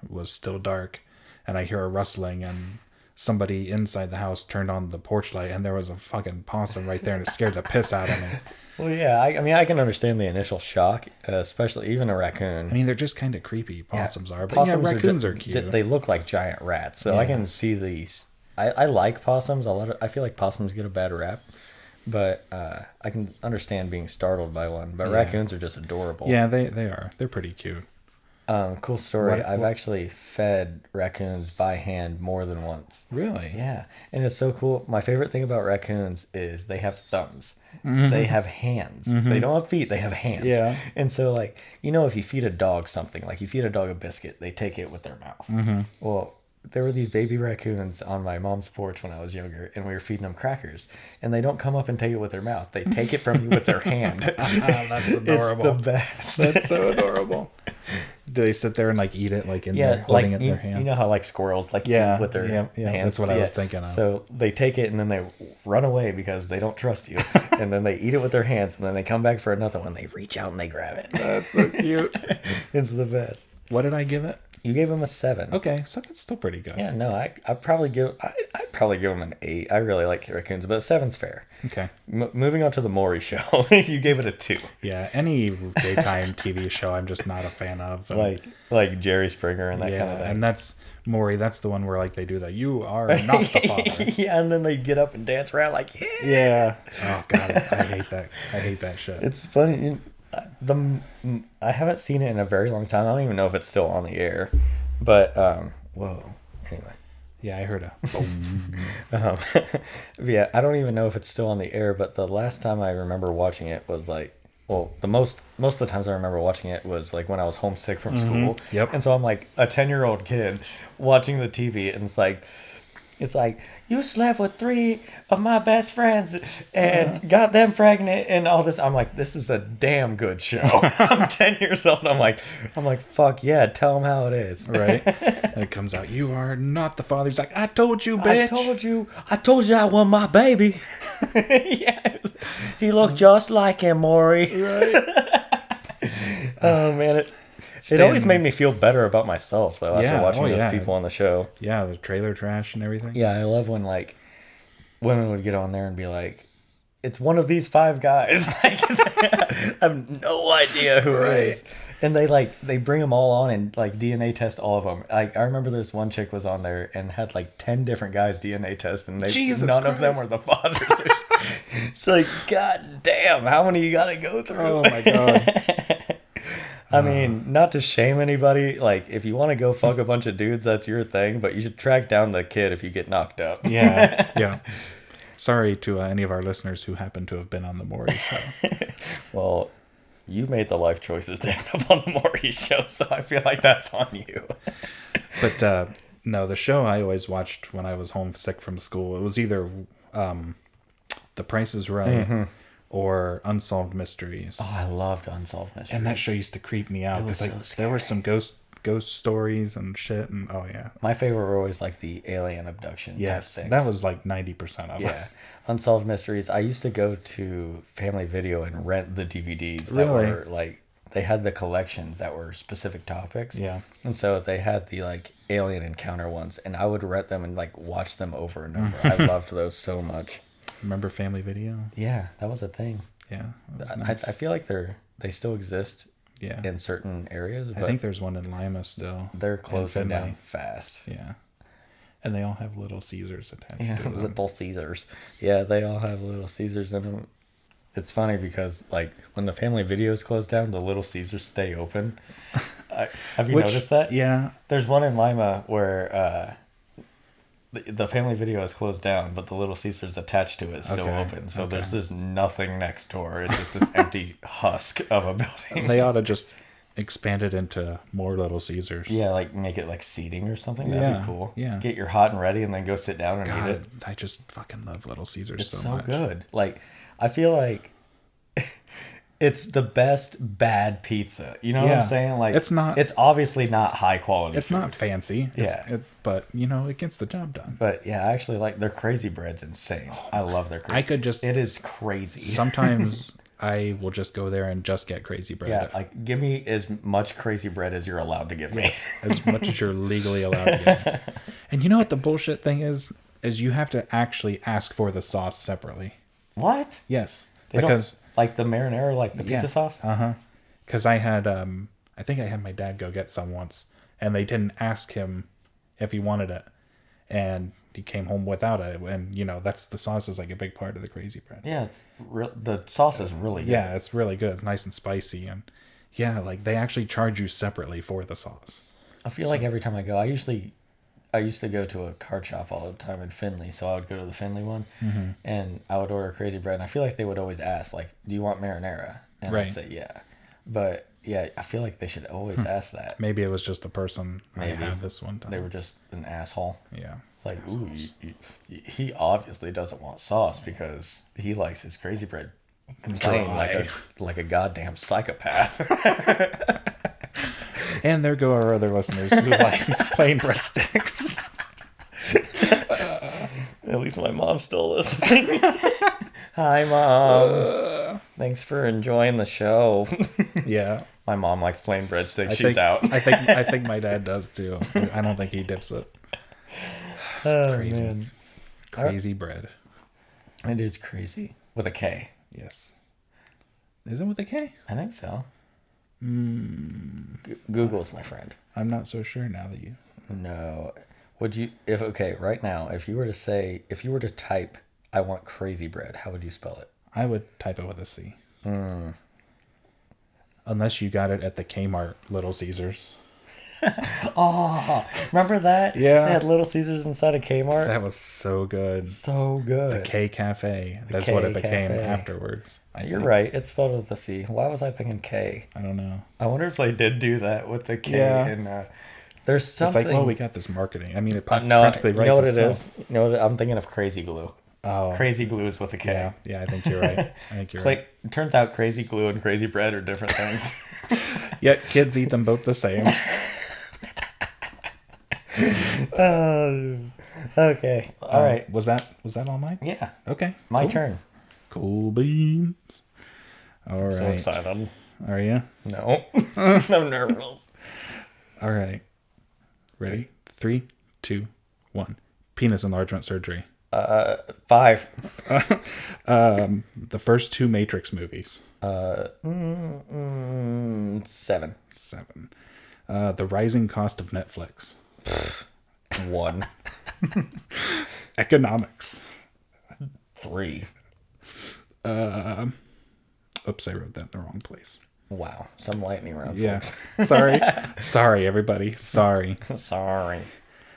Speaker 2: was still dark, and I hear a rustling and somebody inside the house turned on the porch light and there was a fucking possum right there and it scared the piss out of me.
Speaker 1: Well, yeah. I, I mean, I can understand the initial shock, uh, especially even a raccoon.
Speaker 2: I mean, they're just kind of creepy. Possums are, but yeah,
Speaker 1: ju-
Speaker 2: raccoons are,
Speaker 1: d-
Speaker 2: cute.
Speaker 1: They look like giant rats, so I can see these. I, I like possums. A lot. Of, I feel like possums get a bad rap, but uh, I can understand being startled by one. But raccoons are just adorable.
Speaker 2: yeah, they they are. They're pretty cute.
Speaker 1: Um, cool story.
Speaker 2: What-
Speaker 1: I've actually fed raccoons by hand more than once.
Speaker 2: Really?
Speaker 1: Yeah, and it's so cool. My favorite thing about raccoons is they have thumbs. They have hands. They don't have feet. They have hands.
Speaker 2: Yeah.
Speaker 1: And so, Mm-hmm. like you know, if you feed a dog something, like you feed a dog a biscuit, they take it with their mouth. Well, there were these baby raccoons on my mom's porch when I was younger, and we were feeding them crackers. And they don't come up and take it with their mouth; they take it from you with their hand.
Speaker 2: Ah, That's
Speaker 1: it's
Speaker 2: adorable.
Speaker 1: the best.
Speaker 2: That's so adorable. Do they sit there and like eat it like in
Speaker 1: yeah,
Speaker 2: their,
Speaker 1: like
Speaker 2: holding it in
Speaker 1: you,
Speaker 2: their hand?
Speaker 1: you know how like squirrels like
Speaker 2: Yeah,
Speaker 1: eat with their
Speaker 2: yeah, yeah,
Speaker 1: hands.
Speaker 2: that's what I was thinking of.
Speaker 1: So they take it and then they run away because they don't trust you, and then they eat it with their hands, and then they come back for another one. They reach out and they grab it.
Speaker 2: That's so cute.
Speaker 1: it's the best.
Speaker 2: what did I give it?
Speaker 1: You gave him a seven.
Speaker 2: Okay, so that's still pretty good.
Speaker 1: Yeah, no, I I probably give I I'd probably give him an eight. I really like raccoons, but seven's fair.
Speaker 2: Okay.
Speaker 1: M- moving on to the Maury show, you gave it a two.
Speaker 2: Yeah, any daytime TV show I'm just not a fan of. And,
Speaker 1: Like like Jerry Springer and that
Speaker 2: yeah,
Speaker 1: kind of thing.
Speaker 2: and that's Maury. That's the one where like they do that. You are not the father.
Speaker 1: yeah, and then they get up and dance around like yeah.
Speaker 2: yeah. Oh god, I hate that. I hate that shit.
Speaker 1: It's funny. you- I- The m- I haven't seen it in a very long time. I don't even know if it's still on the air. But um, whoa. Anyway,
Speaker 2: yeah, I heard a. boom.
Speaker 1: um, yeah, I don't even know if it's still on the air. But the last time I remember watching it was like, well, the most most of the times I remember watching it was like when I was homesick from school.
Speaker 2: Yep.
Speaker 1: And so I'm like a ten year old kid watching the TV, and it's like. It's like you slept with three of my best friends and got them pregnant and all this. I'm like, this is a damn good show. I'm ten years old. I'm like, I'm like, fuck yeah, tell them how it is.
Speaker 2: right? And it comes out. You are not the father. He's like, I told you, bitch.
Speaker 1: I told you, I told you I want my baby. yes, he looked just like him, Maury.
Speaker 2: Um, Right.
Speaker 1: Oh man, it, it
Speaker 2: Stan-
Speaker 1: always made me feel better about myself though after
Speaker 2: Yeah,
Speaker 1: watching
Speaker 2: oh,
Speaker 1: those
Speaker 2: yeah.
Speaker 1: people on the show.
Speaker 2: Yeah, the trailer trash and everything.
Speaker 1: Yeah, I love when like women would get on there and be like, "It's one of these five guys." like, I have no idea who
Speaker 2: Right.
Speaker 1: it is, and they like they bring them all on and like DNA test all of them. Like I remember this one chick was on there and had like ten different guys DNA test, and they
Speaker 2: Jesus
Speaker 1: none of them
Speaker 2: Christ.
Speaker 1: were the fathers. it's like, god damn, how many you gotta go through?
Speaker 2: Oh my god.
Speaker 1: I mean, not to shame anybody. Like, if you want to go fuck a bunch of dudes, that's your thing. But you should track down the kid if you get knocked up.
Speaker 2: yeah. Yeah. Sorry to uh, any of our listeners who happen to have been on the Maury show.
Speaker 1: Well, you made the life choices to end up on the Maury show, so I feel like that's on you.
Speaker 2: but uh, no, the show I always watched when I was homesick from school, it was either um, The Price is Right or Unsolved Mysteries.
Speaker 1: I loved Unsolved Mysteries.
Speaker 2: Oh, And that show used to creep me out
Speaker 1: was
Speaker 2: because like
Speaker 1: so
Speaker 2: there were some ghost ghost stories and shit and oh yeah.
Speaker 1: My favorite were always like the alien abduction. type
Speaker 2: Yes,
Speaker 1: things.
Speaker 2: that was like 90% of it.
Speaker 1: yeah. Unsolved Mysteries. I used to go to Family Video and rent the DVDs that
Speaker 2: Really?
Speaker 1: were like they had the collections that were specific topics.
Speaker 2: Yeah.
Speaker 1: And so they had the like alien encounter ones, and I would rent them and like watch them over and over. I loved those so much.
Speaker 2: Remember Family Video?
Speaker 1: Yeah, that was a thing.
Speaker 2: Yeah. that was
Speaker 1: I-
Speaker 2: nice.
Speaker 1: I, I feel like they're they still exist
Speaker 2: yeah.
Speaker 1: in certain areas, but
Speaker 2: I think there's one in Lima still.
Speaker 1: they're
Speaker 2: in
Speaker 1: closing down
Speaker 2: Finley.
Speaker 1: fast.
Speaker 2: Yeah. And they all have little Caesars attached
Speaker 1: Yeah,
Speaker 2: to them.
Speaker 1: Little Caesars. Yeah, they all have Little Caesars in them. It's funny because like when the family videos close down, the Little Caesars stay open. I, have you
Speaker 2: Which-
Speaker 1: noticed that?
Speaker 2: Yeah.
Speaker 1: There's one in Lima where uh, the, the family video is closed down, but the Little Caesars attached to it is still
Speaker 2: Okay,
Speaker 1: open. So there's
Speaker 2: okay.
Speaker 1: just nothing next door. It's just this empty husk of a building.
Speaker 2: They ought to just expand it into more Little Caesars.
Speaker 1: Yeah, like make it like seating or something. That'd
Speaker 2: Yeah,
Speaker 1: be cool.
Speaker 2: yeah.
Speaker 1: Get your hot and ready and then go sit down and eat it.
Speaker 2: God, I just fucking love Little Caesars
Speaker 1: It's
Speaker 2: so,
Speaker 1: so
Speaker 2: much.
Speaker 1: good. Like I feel like it's the best bad pizza. You know what
Speaker 2: Yeah.
Speaker 1: I'm saying? Like
Speaker 2: It's not-
Speaker 1: It's obviously not high quality.
Speaker 2: It's not fancy. It's,
Speaker 1: Yeah.
Speaker 2: It's, but, you know, it gets the job done.
Speaker 1: But yeah, I actually like their crazy bread's insane. I love their crazy.
Speaker 2: Oh I could just,
Speaker 1: It is crazy.
Speaker 2: sometimes I will just go there and just get crazy bread.
Speaker 1: yeah, like give me as much crazy bread as you're allowed to give me.
Speaker 2: as much as you're legally allowed to get. And you know what the bullshit thing is? Is you have to actually ask for the sauce separately.
Speaker 1: what?
Speaker 2: Yes.
Speaker 1: They don't-
Speaker 2: because
Speaker 1: like the marinara, like the pizza sauce.
Speaker 2: Uh huh. Because I had, um, I think I had my dad go get some once, and they didn't ask him if he wanted it, and he came home without it. And you know, that's the sauce is like a big part of the crazy bread.
Speaker 1: Yeah, it's real. The sauce is really good.
Speaker 2: Yeah, it's really good. It's nice and spicy, and yeah, like they actually charge you separately for the sauce.
Speaker 1: I feel like every time I go, I usually, I used to go to a card shop all the time in Findlay, so I would go to the Findlay one, and I would order crazy bread, and I feel like they would always ask, like, "Do you want marinara?" And
Speaker 2: Right.
Speaker 1: I'd say, "Yeah," but yeah, I feel like they should always ask that.
Speaker 2: Maybe it was just the person
Speaker 1: Maybe.
Speaker 2: I had this one time.
Speaker 1: They were just an asshole.
Speaker 2: yeah.
Speaker 1: It's like, ooh, you- you- he obviously doesn't want sauce because he likes his crazy bread plain like a like a goddamn psychopath.
Speaker 2: And there go our other listeners who like plain breadsticks.
Speaker 1: At least my mom's still listening. Hi, mom. Thanks for enjoying the show.
Speaker 2: Yeah.
Speaker 1: my mom likes plain breadsticks.
Speaker 2: I
Speaker 1: She's
Speaker 2: think,
Speaker 1: out.
Speaker 2: I think I think my dad does too. I don't think he dips it.
Speaker 1: Oh,
Speaker 2: Crazy. Crazy bread.
Speaker 1: It is crazy with a K.
Speaker 2: Yes. Is it with a K?
Speaker 1: I think so. G- Google's my friend.
Speaker 2: I'm not so sure now that you.
Speaker 1: No. Would you if okay, right now, if you were to say if you were to type I want crazy bread, how would you spell it?
Speaker 2: I would type it with a C.
Speaker 1: Hmm.
Speaker 2: Unless you got it at the Kmart Little Caesars.
Speaker 1: Remember that?
Speaker 2: Yeah.
Speaker 1: They had Little Caesars inside of Kmart.
Speaker 2: That was so good.
Speaker 1: so good.
Speaker 2: K Cafe. That's what
Speaker 1: K
Speaker 2: it became
Speaker 1: Cafe.
Speaker 2: afterwards. I
Speaker 1: You're
Speaker 2: think.
Speaker 1: right. It's spelled with a C. Why was I thinking K?
Speaker 2: I don't know.
Speaker 1: I wonder if they did do that with the K.
Speaker 2: Yeah.
Speaker 1: And uh, there's
Speaker 2: It's
Speaker 1: something.
Speaker 2: like, well, we got this marketing. I mean, it
Speaker 1: Uh,
Speaker 2: pra-
Speaker 1: no,
Speaker 2: practically
Speaker 1: you know what
Speaker 2: writes
Speaker 1: it
Speaker 2: itself.
Speaker 1: is. You know what? I'm thinking of Crazy Glue.
Speaker 2: Oh,
Speaker 1: Uh, Crazy Glue is with a K.
Speaker 2: yeah, yeah. I think you're right. I think you're
Speaker 1: Like, it turns out Crazy Glue and Crazy Bread are different things.
Speaker 2: right. Yet kids eat them both the same.
Speaker 1: Um, okay. All right.
Speaker 2: Was that was that all mine?
Speaker 1: Um, Yeah.
Speaker 2: Okay.
Speaker 1: My
Speaker 2: cool.
Speaker 1: turn.
Speaker 2: Cool beans. All right.
Speaker 1: So excited.
Speaker 2: Are you?
Speaker 1: No. I'm nervous.
Speaker 2: All right. Ready? Three, two, one. Penis enlargement surgery.
Speaker 1: Five.
Speaker 2: The first two Matrix movies.
Speaker 1: Mm, seven.
Speaker 2: Seven. Uh, the rising cost of Netflix.
Speaker 1: One.
Speaker 2: Economics.
Speaker 1: Three.
Speaker 2: Oops, I wrote that in the wrong place.
Speaker 1: Wow. Some lightning round.
Speaker 2: Yeah. Sorry. Sorry, everybody. Sorry.
Speaker 1: Sorry.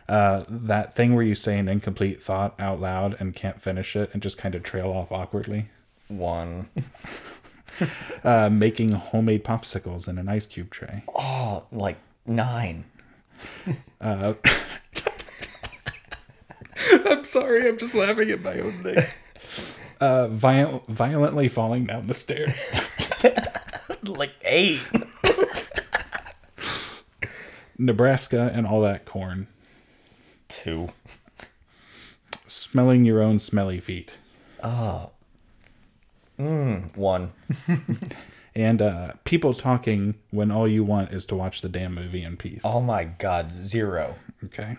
Speaker 2: Uh, that thing where you say an incomplete thought out loud and can't finish it and just kind of trail off awkwardly.
Speaker 1: One.
Speaker 2: Uh, making homemade popsicles in an ice cube tray.
Speaker 1: Oh, like nine.
Speaker 2: I'm sorry. I'm just laughing at my own thing. Uh, viol- violently falling down the stairs.
Speaker 1: Like eight.
Speaker 2: Nebraska and all that corn.
Speaker 1: Two.
Speaker 2: Smelling your own smelly feet.
Speaker 1: One.
Speaker 2: And uh, people talking when all you want is to watch the damn movie in peace.
Speaker 1: Oh my god. Zero.
Speaker 2: Okay.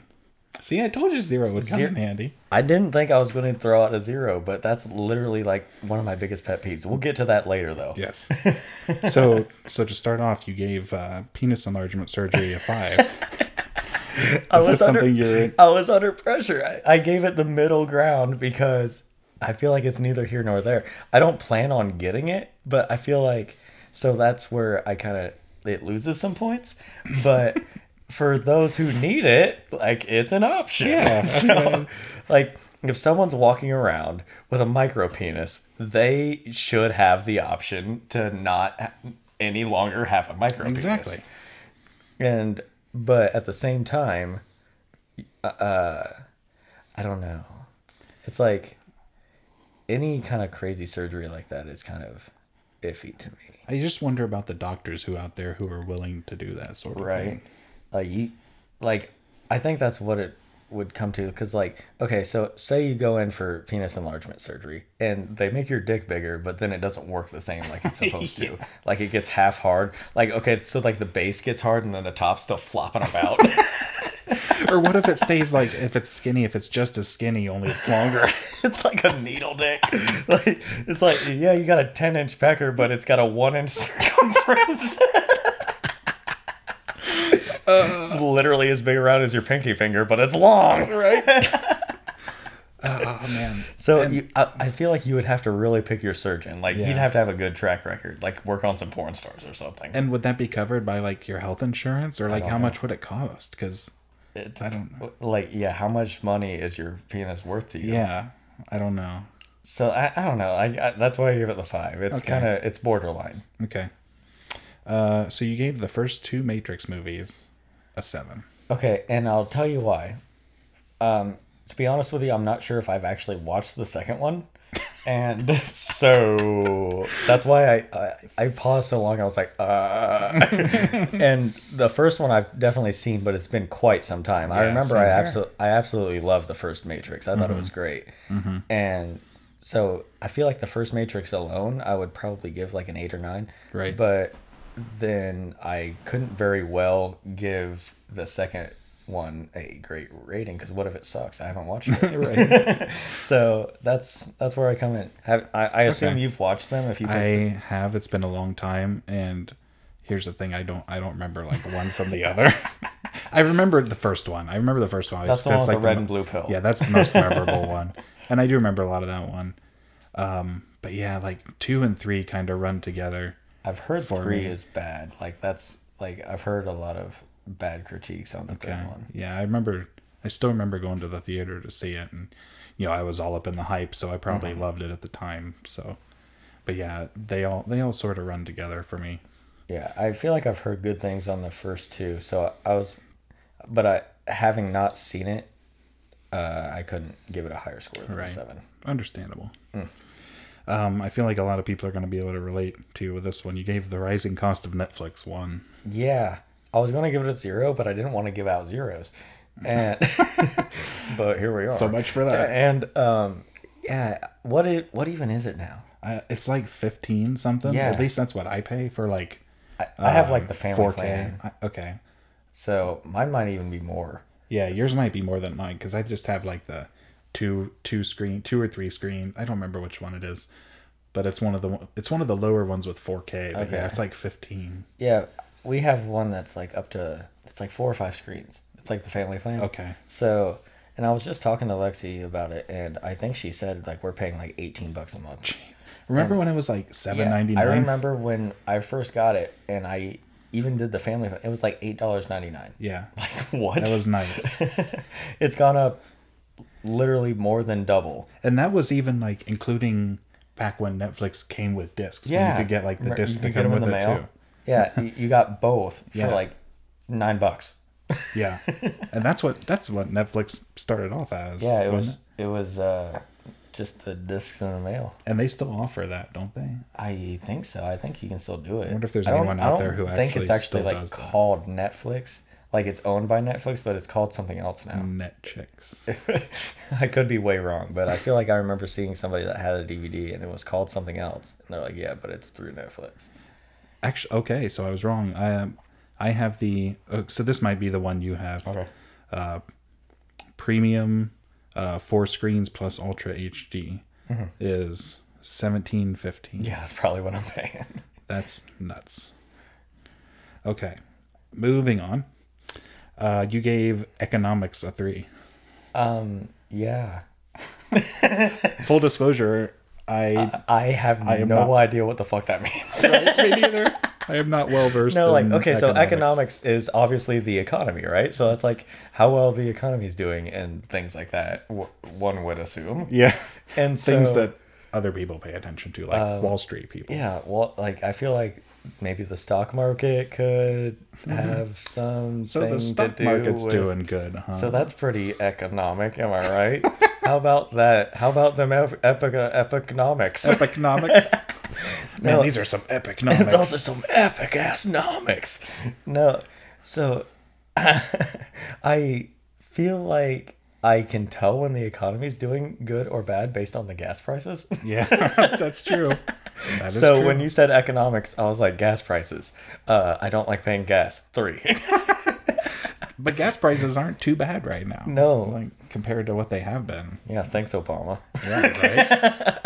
Speaker 2: See, I told you zero would come
Speaker 1: Zero-
Speaker 2: in handy.
Speaker 1: I didn't think I was going to throw out a zero, but that's literally like one of my biggest pet peeves. We'll get to that later, though.
Speaker 2: Yes. so, so to start off, you gave uh, penis enlargement surgery a five.
Speaker 1: I
Speaker 2: Is this
Speaker 1: was under-
Speaker 2: something you're?
Speaker 1: I was under pressure. I, I gave it the middle ground because I feel like it's neither here nor there. I don't plan on getting it, but I feel like so that's where I kind of it loses some points. But for those who need it, like it's an option.
Speaker 2: Yeah,
Speaker 1: So,
Speaker 2: it's-
Speaker 1: like if someone's walking around with a micro penis, they should have the option to not ha- any longer have a micro penis
Speaker 2: Exactly.
Speaker 1: and but at the same time uh i don't know it's like any kind of crazy surgery like that is kind of iffy to me
Speaker 2: I just wonder about the doctors who out there who are willing to do that sort of thing.
Speaker 1: like you like i think that's what it would come to because like okay so say you go in for penis enlargement surgery and they make your dick bigger but then it doesn't work the same like it's supposed to like it gets half hard like okay so like the base gets hard and then the top's still flopping about
Speaker 2: Or what if it stays like if it's skinny, if it's just as skinny, only it's longer.
Speaker 1: It's like a needle dick. Like it's like yeah, you got a ten inch pecker, but it's got a one inch circumference. it's literally as big around as your pinky finger, but it's long.
Speaker 2: Uh. right? oh man.
Speaker 1: So you, I, I feel like you would have to really pick your surgeon. Like
Speaker 2: Yeah.
Speaker 1: you'd have to have a good track record. Like work on some porn stars or something.
Speaker 2: And would that be covered by like your health insurance or like
Speaker 1: don't
Speaker 2: how
Speaker 1: know.
Speaker 2: much would it cost? Because
Speaker 1: It-
Speaker 2: I don't know.
Speaker 1: like yeah, how much money is your penis worth to you?
Speaker 2: Yeah, I don't know.
Speaker 1: So I, I don't know. I, I that's why I gave it the five. It's
Speaker 2: Okay.
Speaker 1: kind of it's borderline.
Speaker 2: Okay. Uh, so you gave the first two Matrix movies a seven.
Speaker 1: Okay, and I'll tell you why. Um, to be honest with you, I'm not sure if I've actually watched the second one, and so that's why I I, I paused so long. I was like, uh. and the first one I've definitely seen, but it's been quite some time. I
Speaker 2: Yeah,
Speaker 1: remember
Speaker 2: same
Speaker 1: I
Speaker 2: here.
Speaker 1: absolutely I absolutely loved the first Matrix. I thought it was
Speaker 2: Mm-hmm.
Speaker 1: great, and so I feel like the first Matrix alone, I would probably give like an eight or nine.
Speaker 2: Right.
Speaker 1: but then I couldn't very well give the second one a great rating because what if it sucks? I haven't watched it.
Speaker 2: right.
Speaker 1: so that's that's where I come in. Have, I, I assume
Speaker 2: Okay.
Speaker 1: you've watched them. If you
Speaker 2: I
Speaker 1: think
Speaker 2: have. It's been a long time, and here's the thing: I don't. I don't remember like one from the other. I remember the first one. I remember the first one.
Speaker 1: that's the one with the red
Speaker 2: mo-
Speaker 1: and blue pill.
Speaker 2: Yeah, that's the most memorable one, and I do remember a lot of that one. Um, but yeah, like two and three kind of run together.
Speaker 1: I've heard
Speaker 2: for
Speaker 1: three
Speaker 2: me.
Speaker 1: is bad. Like that's like I've heard a lot of bad critiques on the
Speaker 2: Yeah,
Speaker 1: third one.
Speaker 2: yeah, I remember. I still remember going to the theater to see it, and you know, I was all up in the hype, so I probably
Speaker 1: Mm-hmm.
Speaker 2: loved it at the time. So, but yeah, they all they all sort of run together for me.
Speaker 1: Yeah, I feel like I've heard good things on the first two. So I was, but I having not seen it, uh, I couldn't give it a higher score than a
Speaker 2: Right.
Speaker 1: seven.
Speaker 2: Understandable. Um, I feel like a lot of people are going to be able to relate to with this one. You gave the rising cost of Netflix one.
Speaker 1: Yeah, I was gonna give it a zero, but I didn't want to give out zeros, and but here we are.
Speaker 2: So much for that.
Speaker 1: And um, yeah, what it what even is it now?
Speaker 2: Uh, it's like fifteen something.
Speaker 1: Yeah.
Speaker 2: At least that's what I pay for like.
Speaker 1: I, I have like
Speaker 2: um,
Speaker 1: the family
Speaker 2: 4K.
Speaker 1: plan,
Speaker 2: I- okay.
Speaker 1: so mine might even be more.
Speaker 2: Yeah, yours might be more than mine because I just have like the two two screen two or three screen. I don't remember which one it is, but it's one of the one- it's one of the lower ones with 4K. But
Speaker 1: Okay.
Speaker 2: yeah, it's like 15.
Speaker 1: Yeah, we have one that's like up to it's like four or five screens. It's like the family plan.
Speaker 2: Okay.
Speaker 1: So, and I was just talking to Lexi about it, and I think she said like we're paying like eighteen bucks a month.
Speaker 2: Remember when it was like
Speaker 1: Yeah,
Speaker 2: 7.99?
Speaker 1: I remember when I first got it, and I even did the family. It was like eight dollars ninety nine.
Speaker 2: Yeah,
Speaker 1: What?
Speaker 2: that was nice,
Speaker 1: it's gone up literally more than double.
Speaker 2: and that was even like including back when Netflix came with discs. when
Speaker 1: Yeah,
Speaker 2: you could get like the
Speaker 1: Remember-
Speaker 2: disc
Speaker 1: you
Speaker 2: to
Speaker 1: could get
Speaker 2: come
Speaker 1: 'em in
Speaker 2: with
Speaker 1: the
Speaker 2: it
Speaker 1: mail. Yeah, y- you got both
Speaker 2: Yeah.
Speaker 1: for like nine bucks.
Speaker 2: too. Yeah, and that's what that's what Netflix started off as.
Speaker 1: Yeah, it
Speaker 2: wasn't
Speaker 1: was it was uh, just the discs in the mail.
Speaker 2: and they still offer that, don't they?
Speaker 1: I think so. I think you can still do it. I
Speaker 2: wonder if there's
Speaker 1: don't-
Speaker 2: anyone
Speaker 1: I
Speaker 2: out
Speaker 1: don't
Speaker 2: there who
Speaker 1: think it's actually
Speaker 2: actually still
Speaker 1: like
Speaker 2: does that.
Speaker 1: called Netflix. Like it's owned by Netflix, but it's called something else now.
Speaker 2: Netflix.
Speaker 1: I could be way wrong, but I feel like I remember seeing somebody that had a DVD and it was called something else, and they're like, "Yeah, but it's through Netflix."
Speaker 2: Actually, okay, so I was wrong. I um, I have the uh, so this might be the one you have. Uh, Premium, uh, four screens plus Ultra HD
Speaker 1: Mm-hmm.
Speaker 2: is seventeen fifty.
Speaker 1: Yeah, that's probably what I'm paying.
Speaker 2: That's nuts. Okay, moving on. Uh, you gave economics a three.
Speaker 1: Um, yeah,
Speaker 2: Full disclosure, I
Speaker 1: I have
Speaker 2: am
Speaker 1: no
Speaker 2: not-
Speaker 1: idea what the fuck that means.
Speaker 2: me neither. I am not well versed.
Speaker 1: no, like
Speaker 2: in
Speaker 1: okay, so economics is obviously the economy, right? So that's like how well the economy's doing and things like that. W- one would assume,
Speaker 2: Yeah,
Speaker 1: and
Speaker 2: things
Speaker 1: so- Uh,
Speaker 2: that other people pay attention to, like Wall Street people.
Speaker 1: Yeah, well, like I feel like maybe the stock market could have some.
Speaker 2: Mm-hmm. So the stock market's doing good, huh?
Speaker 1: So that's pretty economic, am I right? How about that? How about them ep- epic economics?
Speaker 2: economics. Man,
Speaker 1: No.
Speaker 2: these are some
Speaker 1: Those are
Speaker 2: economics.
Speaker 1: some epic asnomics. No, so I feel like I can tell when the economy's doing good or bad based on the gas prices.
Speaker 2: yeah, that's true. That is
Speaker 1: So
Speaker 2: true.
Speaker 1: when you said economics, I was like gas prices. Uh, I don't like paying gas. Three.
Speaker 2: but gas prices aren't too bad right now.
Speaker 1: No.
Speaker 2: like compared to what they have been.
Speaker 1: yeah, thanks Obama.
Speaker 2: Yeah, right.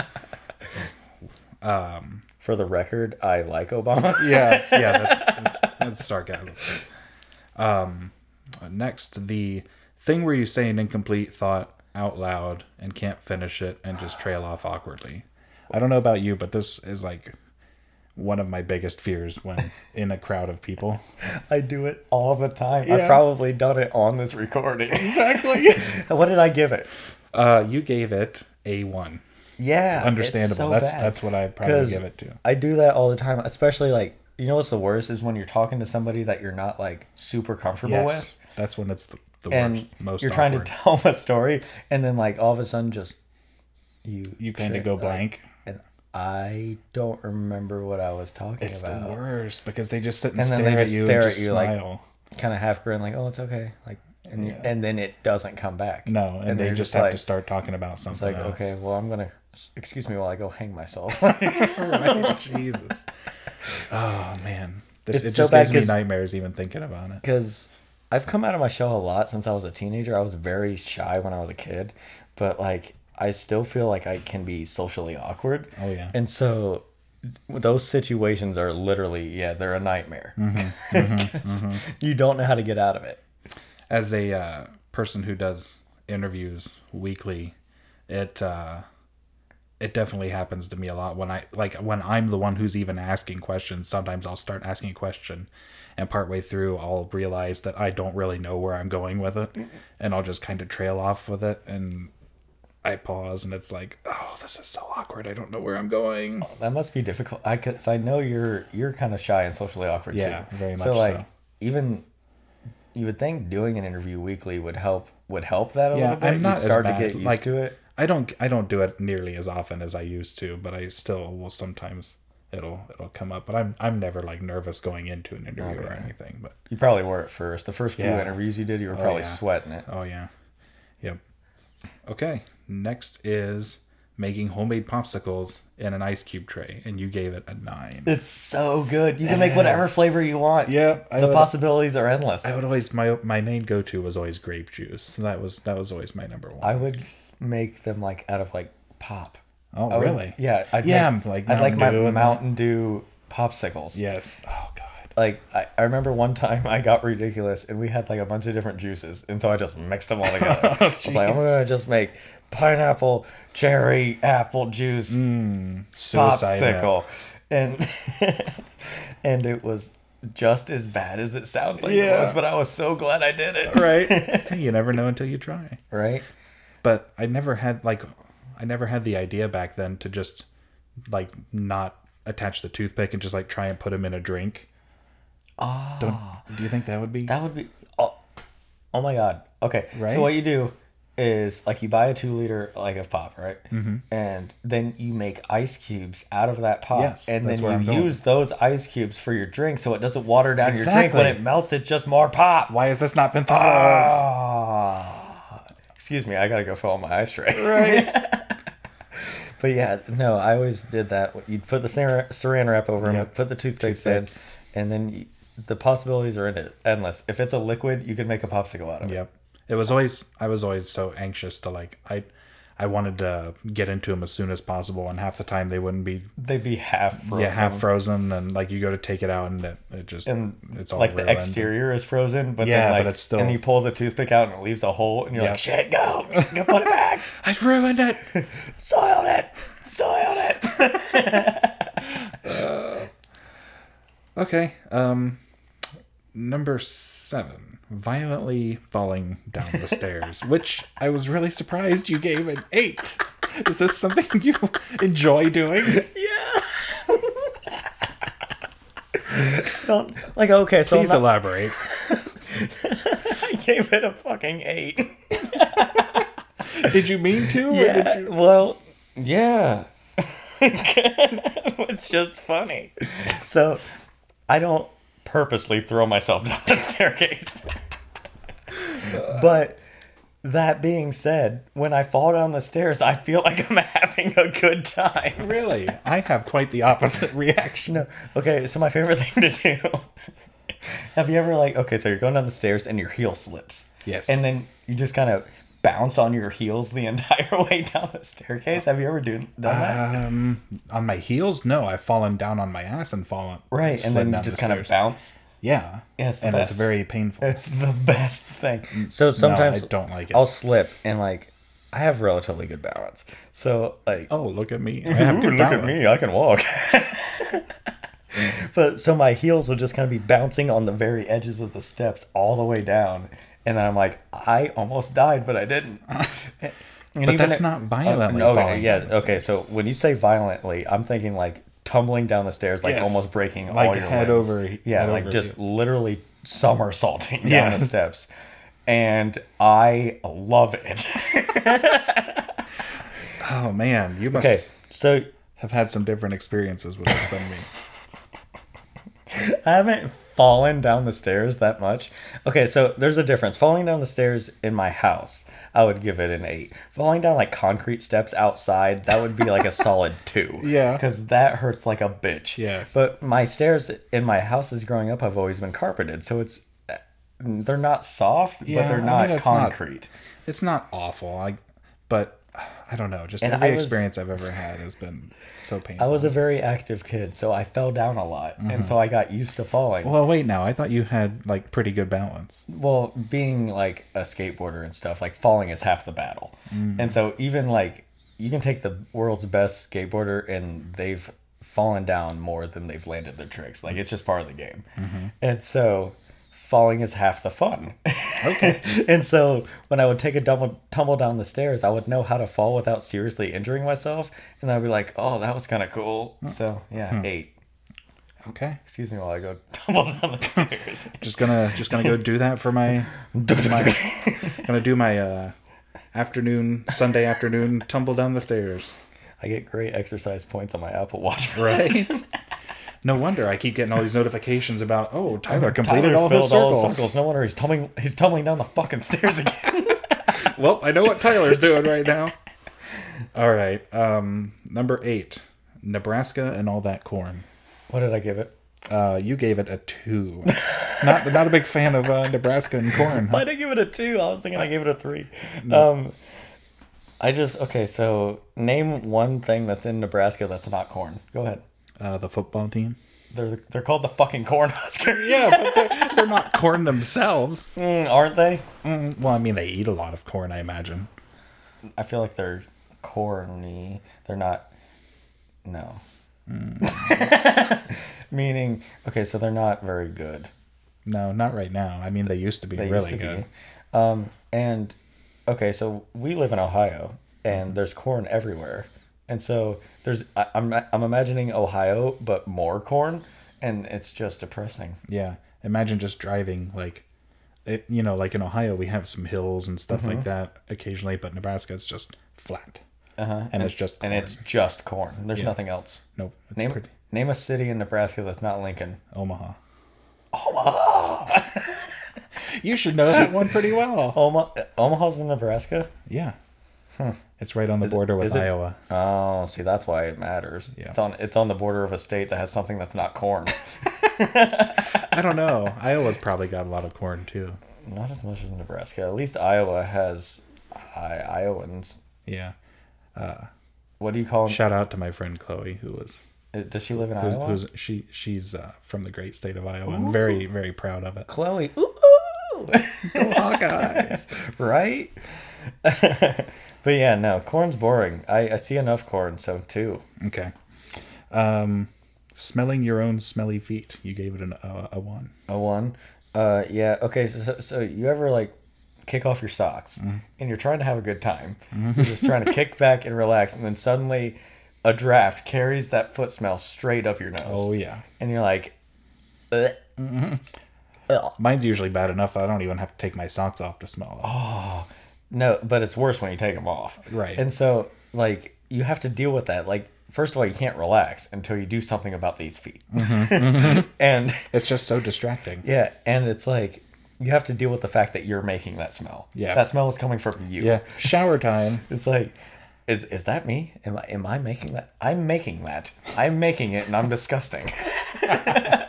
Speaker 1: For the record, I like Obama.
Speaker 2: yeah, yeah. That's, that's sarcasm. Um, next, the thing where you say an incomplete thought out loud and can't finish it and just trail off awkwardly. I don't know about you, but this is like one of my biggest fears when in a crowd of people.
Speaker 1: I do it all the time. I've
Speaker 2: Yeah.
Speaker 1: probably done it on this recording. Exactly. what did I give it?
Speaker 2: Uh, you gave it a one.
Speaker 1: Yeah, it's
Speaker 2: Understandable.
Speaker 1: so
Speaker 2: that's
Speaker 1: bad.
Speaker 2: that's what I probably
Speaker 1: 'Cause
Speaker 2: give it to.
Speaker 1: I do that all the time, especially like you know what's the worst is when you're talking to somebody that you're not like super comfortable with,
Speaker 2: Yes, that's when it's the, the
Speaker 1: and
Speaker 2: worst, most.
Speaker 1: you're trying
Speaker 2: awkward.
Speaker 1: to tell them a story, and then like all of a sudden just you
Speaker 2: you kind
Speaker 1: trick-
Speaker 2: of go
Speaker 1: like,
Speaker 2: blank.
Speaker 1: and I don't remember what I was talking
Speaker 2: It's
Speaker 1: about.
Speaker 2: the worst because they just sit and,
Speaker 1: And then
Speaker 2: stare
Speaker 1: they
Speaker 2: at
Speaker 1: just
Speaker 2: you
Speaker 1: stare
Speaker 2: and
Speaker 1: at
Speaker 2: just
Speaker 1: you, like-
Speaker 2: smile.
Speaker 1: Kind of half grin, like oh it's okay, like and you, and then it doesn't come back.
Speaker 2: no, and, they
Speaker 1: they're
Speaker 2: just, have
Speaker 1: like,
Speaker 2: to start talking about
Speaker 1: It's
Speaker 2: something.
Speaker 1: like
Speaker 2: else.
Speaker 1: okay, well I'm gonna excuse me while I go hang myself.
Speaker 2: Right, Jesus. Oh man, This-
Speaker 1: It's
Speaker 2: it
Speaker 1: so
Speaker 2: just
Speaker 1: bad
Speaker 2: gives me
Speaker 1: 'cause-
Speaker 2: nightmares even thinking about it.
Speaker 1: because I've come out of my shell a lot since I was a teenager. I was very shy when I was a kid, but like I still feel like I can be socially awkward.
Speaker 2: Oh, yeah.
Speaker 1: And so those situations are literally yeah they're a nightmare.
Speaker 2: Mm-hmm.
Speaker 1: 'Cause You don't know how to get out of it.
Speaker 2: As a uh, person who does interviews weekly, it uh, it definitely happens to me a lot when I like when I'm the one who's even asking questions. Sometimes I'll start asking a question, and partway through, I'll realize that I don't really know where I'm going with it, and I'll just kind of trail off with it and. I pause and it's like, oh, this is so awkward. I don't know where I'm going.
Speaker 1: That must be difficult. I could, 'cause I know you're you're kind of shy and socially awkward
Speaker 2: Yeah,
Speaker 1: too.
Speaker 2: very
Speaker 1: So
Speaker 2: much
Speaker 1: like
Speaker 2: so.
Speaker 1: even you would think doing an interview weekly would help would help that a
Speaker 2: yeah,
Speaker 1: little bit.
Speaker 2: I'm
Speaker 1: You'd
Speaker 2: not as
Speaker 1: start
Speaker 2: bad.
Speaker 1: to get used
Speaker 2: like,
Speaker 1: to it.
Speaker 2: I don't I don't do it nearly as often as I used to, but I still will sometimes it'll it'll come up. But I'm I'm never like nervous going into an interview or anything. But
Speaker 1: You probably were at first. The first few
Speaker 2: Yeah.
Speaker 1: interviews you did, you were probably
Speaker 2: yeah.
Speaker 1: sweating it.
Speaker 2: oh yeah, yep. Okay, next is making homemade popsicles in an ice cube tray, and you gave it a nine.
Speaker 1: It's so good. You can make whatever flavor you want.
Speaker 2: Yeah, I
Speaker 1: the
Speaker 2: would-
Speaker 1: possibilities are endless.
Speaker 2: I would always my my main go to was always grape juice. That was that was always my number one.
Speaker 1: I would make them like out of like pop.
Speaker 2: oh
Speaker 1: I would-
Speaker 2: really?
Speaker 1: yeah. I'd
Speaker 2: Yeah,
Speaker 1: Make,
Speaker 2: like
Speaker 1: I'd like my
Speaker 2: Mountain Dew and that.
Speaker 1: Mountain Dew popsicles.
Speaker 2: Yes. Oh god.
Speaker 1: Like I, I remember one time I got ridiculous and we had like a bunch of different juices and so I just mixed them all together. I was like, I'm
Speaker 2: Oh, jeez.
Speaker 1: gonna just make pineapple, cherry, apple juice,
Speaker 2: Mm. Suicide
Speaker 1: popsicle,
Speaker 2: note.
Speaker 1: and and it was just as bad as it sounds like it
Speaker 2: Yeah.
Speaker 1: was. But I was so glad I did it.
Speaker 2: right? Hey, you never know until you try.
Speaker 1: Right?
Speaker 2: But I never had like I never had the idea back then to just like not attach the toothpick and just like try and put them in a drink. Oh. Don't do you think that would be
Speaker 1: Ah. That would be. Oh, oh my god. Okay.
Speaker 2: Right?
Speaker 1: So what you do is like you buy a two liter like of pop, right? Mm-hmm. And then you make ice cubes out of that pop,
Speaker 2: Yes,
Speaker 1: and
Speaker 2: that's
Speaker 1: then
Speaker 2: where I'm
Speaker 1: you
Speaker 2: going.
Speaker 1: use those ice cubes for your drink, so it doesn't water down your drink.
Speaker 2: Exactly.
Speaker 1: When it melts, it's just more pop.
Speaker 2: Why has this not been thought of?
Speaker 1: Ah. Excuse me, I gotta go fill my ice tray.
Speaker 2: Right.
Speaker 1: But yeah, no, I always did that. You'd put the saran, saran wrap over them,
Speaker 2: Yep.
Speaker 1: put the toothpicks in,
Speaker 2: Toothpicks.
Speaker 1: and then you, the possibilities are en- endless. If it's a liquid, you can make a popsicle out of it.
Speaker 2: yep. It was always I was always so anxious to like I I wanted to get into them as soon as possible and half the time they wouldn't be
Speaker 1: They'd be half frozen.
Speaker 2: yeah, half frozen and like you go to take it out and it, it just
Speaker 1: And
Speaker 2: it's all
Speaker 1: like the
Speaker 2: ruined.
Speaker 1: exterior is frozen, but
Speaker 2: Yeah,
Speaker 1: then
Speaker 2: but
Speaker 1: like,
Speaker 2: it's still-
Speaker 1: and you pull the toothpick out and it leaves a hole, and you're
Speaker 2: Yeah.
Speaker 1: like, shit, go, go put it back,
Speaker 2: I've ruined it.
Speaker 1: soiled it, soiled it.
Speaker 2: Okay. Um number 7, violently falling down the stairs, which I was really surprised you gave an 8. Is this something you enjoy doing?
Speaker 1: Don't, like okay, so I'm
Speaker 2: Please
Speaker 1: not,
Speaker 2: elaborate.
Speaker 1: I gave it a fucking eight.
Speaker 2: Did you mean to? or
Speaker 1: Yeah,
Speaker 2: did you-
Speaker 1: well, yeah. it's just funny. So, I don't purposely throw myself down the staircase. but that being said, when I fall down the stairs, I feel like I'm having a good time.
Speaker 2: Really? I have quite the opposite reaction.
Speaker 1: No. Okay, so my favorite thing to do. Have you ever like okay, so you're going down the stairs and your heel slips.
Speaker 2: Yes.
Speaker 1: And then you just kind of bounce on your heels the entire way down the staircase. Have you ever do, done that?
Speaker 2: Um, on my heels? No, I've fallen down on my ass and fallen
Speaker 1: Right, and
Speaker 2: slid
Speaker 1: then you
Speaker 2: down
Speaker 1: just
Speaker 2: the
Speaker 1: kind of
Speaker 2: stairs.
Speaker 1: bounce.
Speaker 2: yeah,
Speaker 1: Yeah, it's the
Speaker 2: and
Speaker 1: best.
Speaker 2: it's very painful.
Speaker 1: It's the best thing. So sometimes
Speaker 2: Mm, I don't like it.
Speaker 1: I'll slip and like I have relatively good balance. So like
Speaker 2: oh, look at me! I have good balance.
Speaker 1: I can walk. but so my heels will just kind of be bouncing on the very edges of the steps all the way down, and then I'm like, I almost died, but I didn't. And even
Speaker 2: that's
Speaker 1: if-
Speaker 2: not violently
Speaker 1: Oh,
Speaker 2: falling
Speaker 1: okay, yeah.
Speaker 2: down the
Speaker 1: Okay. So when you say violently, I'm thinking like tumbling down the stairs, like
Speaker 2: Yes.
Speaker 1: almost breaking
Speaker 2: Like
Speaker 1: all your
Speaker 2: head
Speaker 1: limbs.
Speaker 2: over-
Speaker 1: Yeah,
Speaker 2: head
Speaker 1: like
Speaker 2: over
Speaker 1: just literally somersaulting down the
Speaker 2: Yes.
Speaker 1: steps. And I love it.
Speaker 2: Oh man, you must
Speaker 1: okay, so
Speaker 2: have had some different experiences with this than me.
Speaker 1: I haven't fallen down the stairs that much. Okay, so there's a difference. Falling down the stairs in my house, I would give it an eight. Falling down like concrete steps outside, that would be like a solid two.
Speaker 2: Yeah.
Speaker 1: Because that hurts like a bitch.
Speaker 2: Yes.
Speaker 1: But my stairs in my houses growing up have always been carpeted. So it's, they're not soft,
Speaker 2: Yeah,
Speaker 1: but
Speaker 2: I
Speaker 1: they're
Speaker 2: mean,
Speaker 1: not
Speaker 2: it's not-
Speaker 1: concrete.
Speaker 2: It's not awful, I, but I don't know. Just
Speaker 1: And
Speaker 2: every
Speaker 1: I was-
Speaker 2: experience I've ever had has been so painful.
Speaker 1: I was a very active kid, so I fell down a lot.
Speaker 2: Mm-hmm.
Speaker 1: And so I got used to falling.
Speaker 2: well, wait, now I thought you had like pretty good balance.
Speaker 1: well being like a skateboarder and stuff like falling is half the battle and so even like you can take the world's best skateboarder and they've fallen down more than they've landed their tricks like it's just part of the game and so falling is half the fun okay and so when i would take a tumble, tumble down the stairs i would know how to fall without seriously injuring myself and i'd be like oh that was kind of cool so yeah eight
Speaker 2: Okay,
Speaker 1: excuse me while i go tumble down the stairs
Speaker 2: just gonna just gonna go do that for my, my gonna do my uh, afternoon Sunday afternoon tumble down the stairs.
Speaker 1: I get great exercise points on my Apple Watch. For
Speaker 2: Right. No wonder I keep getting all these notifications about oh Tyler
Speaker 1: Uh,
Speaker 2: completed
Speaker 1: Tyler
Speaker 2: all his
Speaker 1: filled all his
Speaker 2: circles.
Speaker 1: circles. No wonder he's tumbling. He's tumbling down the fucking stairs again.
Speaker 2: well, I know what Tyler's doing right now. All right, um, number eight, Nebraska and all that corn.
Speaker 1: what did I give it?
Speaker 2: Uh, you gave it a two. not not a big fan of uh, Nebraska and corn. huh?
Speaker 1: I didn't give it a two. I was thinking I gave it a three. Um, I just okay. So name one thing that's in Nebraska that's not corn. Go ahead.
Speaker 2: Uh, the football team.
Speaker 1: They're they're called the fucking corn Huskers.
Speaker 2: Yeah, but they're, they're not corn themselves.
Speaker 1: Mm, aren't they?
Speaker 2: Mm, well, I mean, they eat a lot of corn, I imagine.
Speaker 1: I feel like they're corny. They're not. No. Mm. Meaning, okay, so they're not very good.
Speaker 2: No, not right now. I mean, they used to be
Speaker 1: They used
Speaker 2: really
Speaker 1: to
Speaker 2: good.
Speaker 1: Be. Um, and okay, so we live in Ohio,
Speaker 2: Mm-hmm.
Speaker 1: and there's corn everywhere, and so there's I, I'm I'm imagining Ohio, but more corn, and it's just depressing.
Speaker 2: Yeah, imagine just driving like, it, you know, like in Ohio we have some hills and stuff
Speaker 1: Mm-hmm.
Speaker 2: like that occasionally, but Nebraska it's just flat,
Speaker 1: Uh-huh.
Speaker 2: and it's just
Speaker 1: And
Speaker 2: corn.
Speaker 1: it's just corn. There's nothing else.
Speaker 2: nope. It's
Speaker 1: Name
Speaker 2: pretty
Speaker 1: name a city in Nebraska that's not Lincoln.
Speaker 2: Omaha. Omaha. you should know that one pretty well.
Speaker 1: Oma, Omaha's in Nebraska.
Speaker 2: Yeah, it's right on the border with
Speaker 1: is it-
Speaker 2: Iowa.
Speaker 1: Oh, see, that's why it matters.
Speaker 2: Yeah.
Speaker 1: It's on it's on the border of a state that has something that's not corn.
Speaker 2: I don't know. Iowa's probably got a lot of corn too.
Speaker 1: not as much as Nebraska. At least Iowa has I, Iowans.
Speaker 2: Yeah.
Speaker 1: What do you call them?
Speaker 2: Shout out to my friend Chloe, who was
Speaker 1: Uh, Does she live in
Speaker 2: who's,
Speaker 1: Iowa?
Speaker 2: who's she she's uh, from the great state of Iowa and very very proud of it.
Speaker 1: Chloe. Ooh, ooh.
Speaker 2: Go Hawkeyes!
Speaker 1: right? but yeah, no, corn's boring. I, I see enough corn, so two.
Speaker 2: okay. Um, smelling your own smelly feet. You gave it an, uh, a one.
Speaker 1: A one. Uh, yeah, okay, so, so, so you ever like kick off your socks
Speaker 2: Mm-hmm.
Speaker 1: and you're trying to have a good time. You're just trying to kick back and relax, and then suddenly a draft carries that foot smell straight up your nose.
Speaker 2: Oh yeah. Mm-hmm.
Speaker 1: And you're like, "Ugh." Ugh.
Speaker 2: Mine's usually bad enough. I don't even have to take my socks off to smell it.
Speaker 1: No, but it's worse when you take them off.
Speaker 2: Right.
Speaker 1: And so, like, you have to deal with that. Like, first of all, you can't relax until you do something about these feet.
Speaker 2: Mm-hmm.
Speaker 1: and
Speaker 2: It's just so distracting.
Speaker 1: yeah, and it's like you have to deal with the fact that you're making that smell.
Speaker 2: Yeah.
Speaker 1: That smell is coming from you.
Speaker 2: Yeah. Shower time.
Speaker 1: It's like, is is that me? Am I am I making that? I'm making that. I'm making it, and I'm disgusting.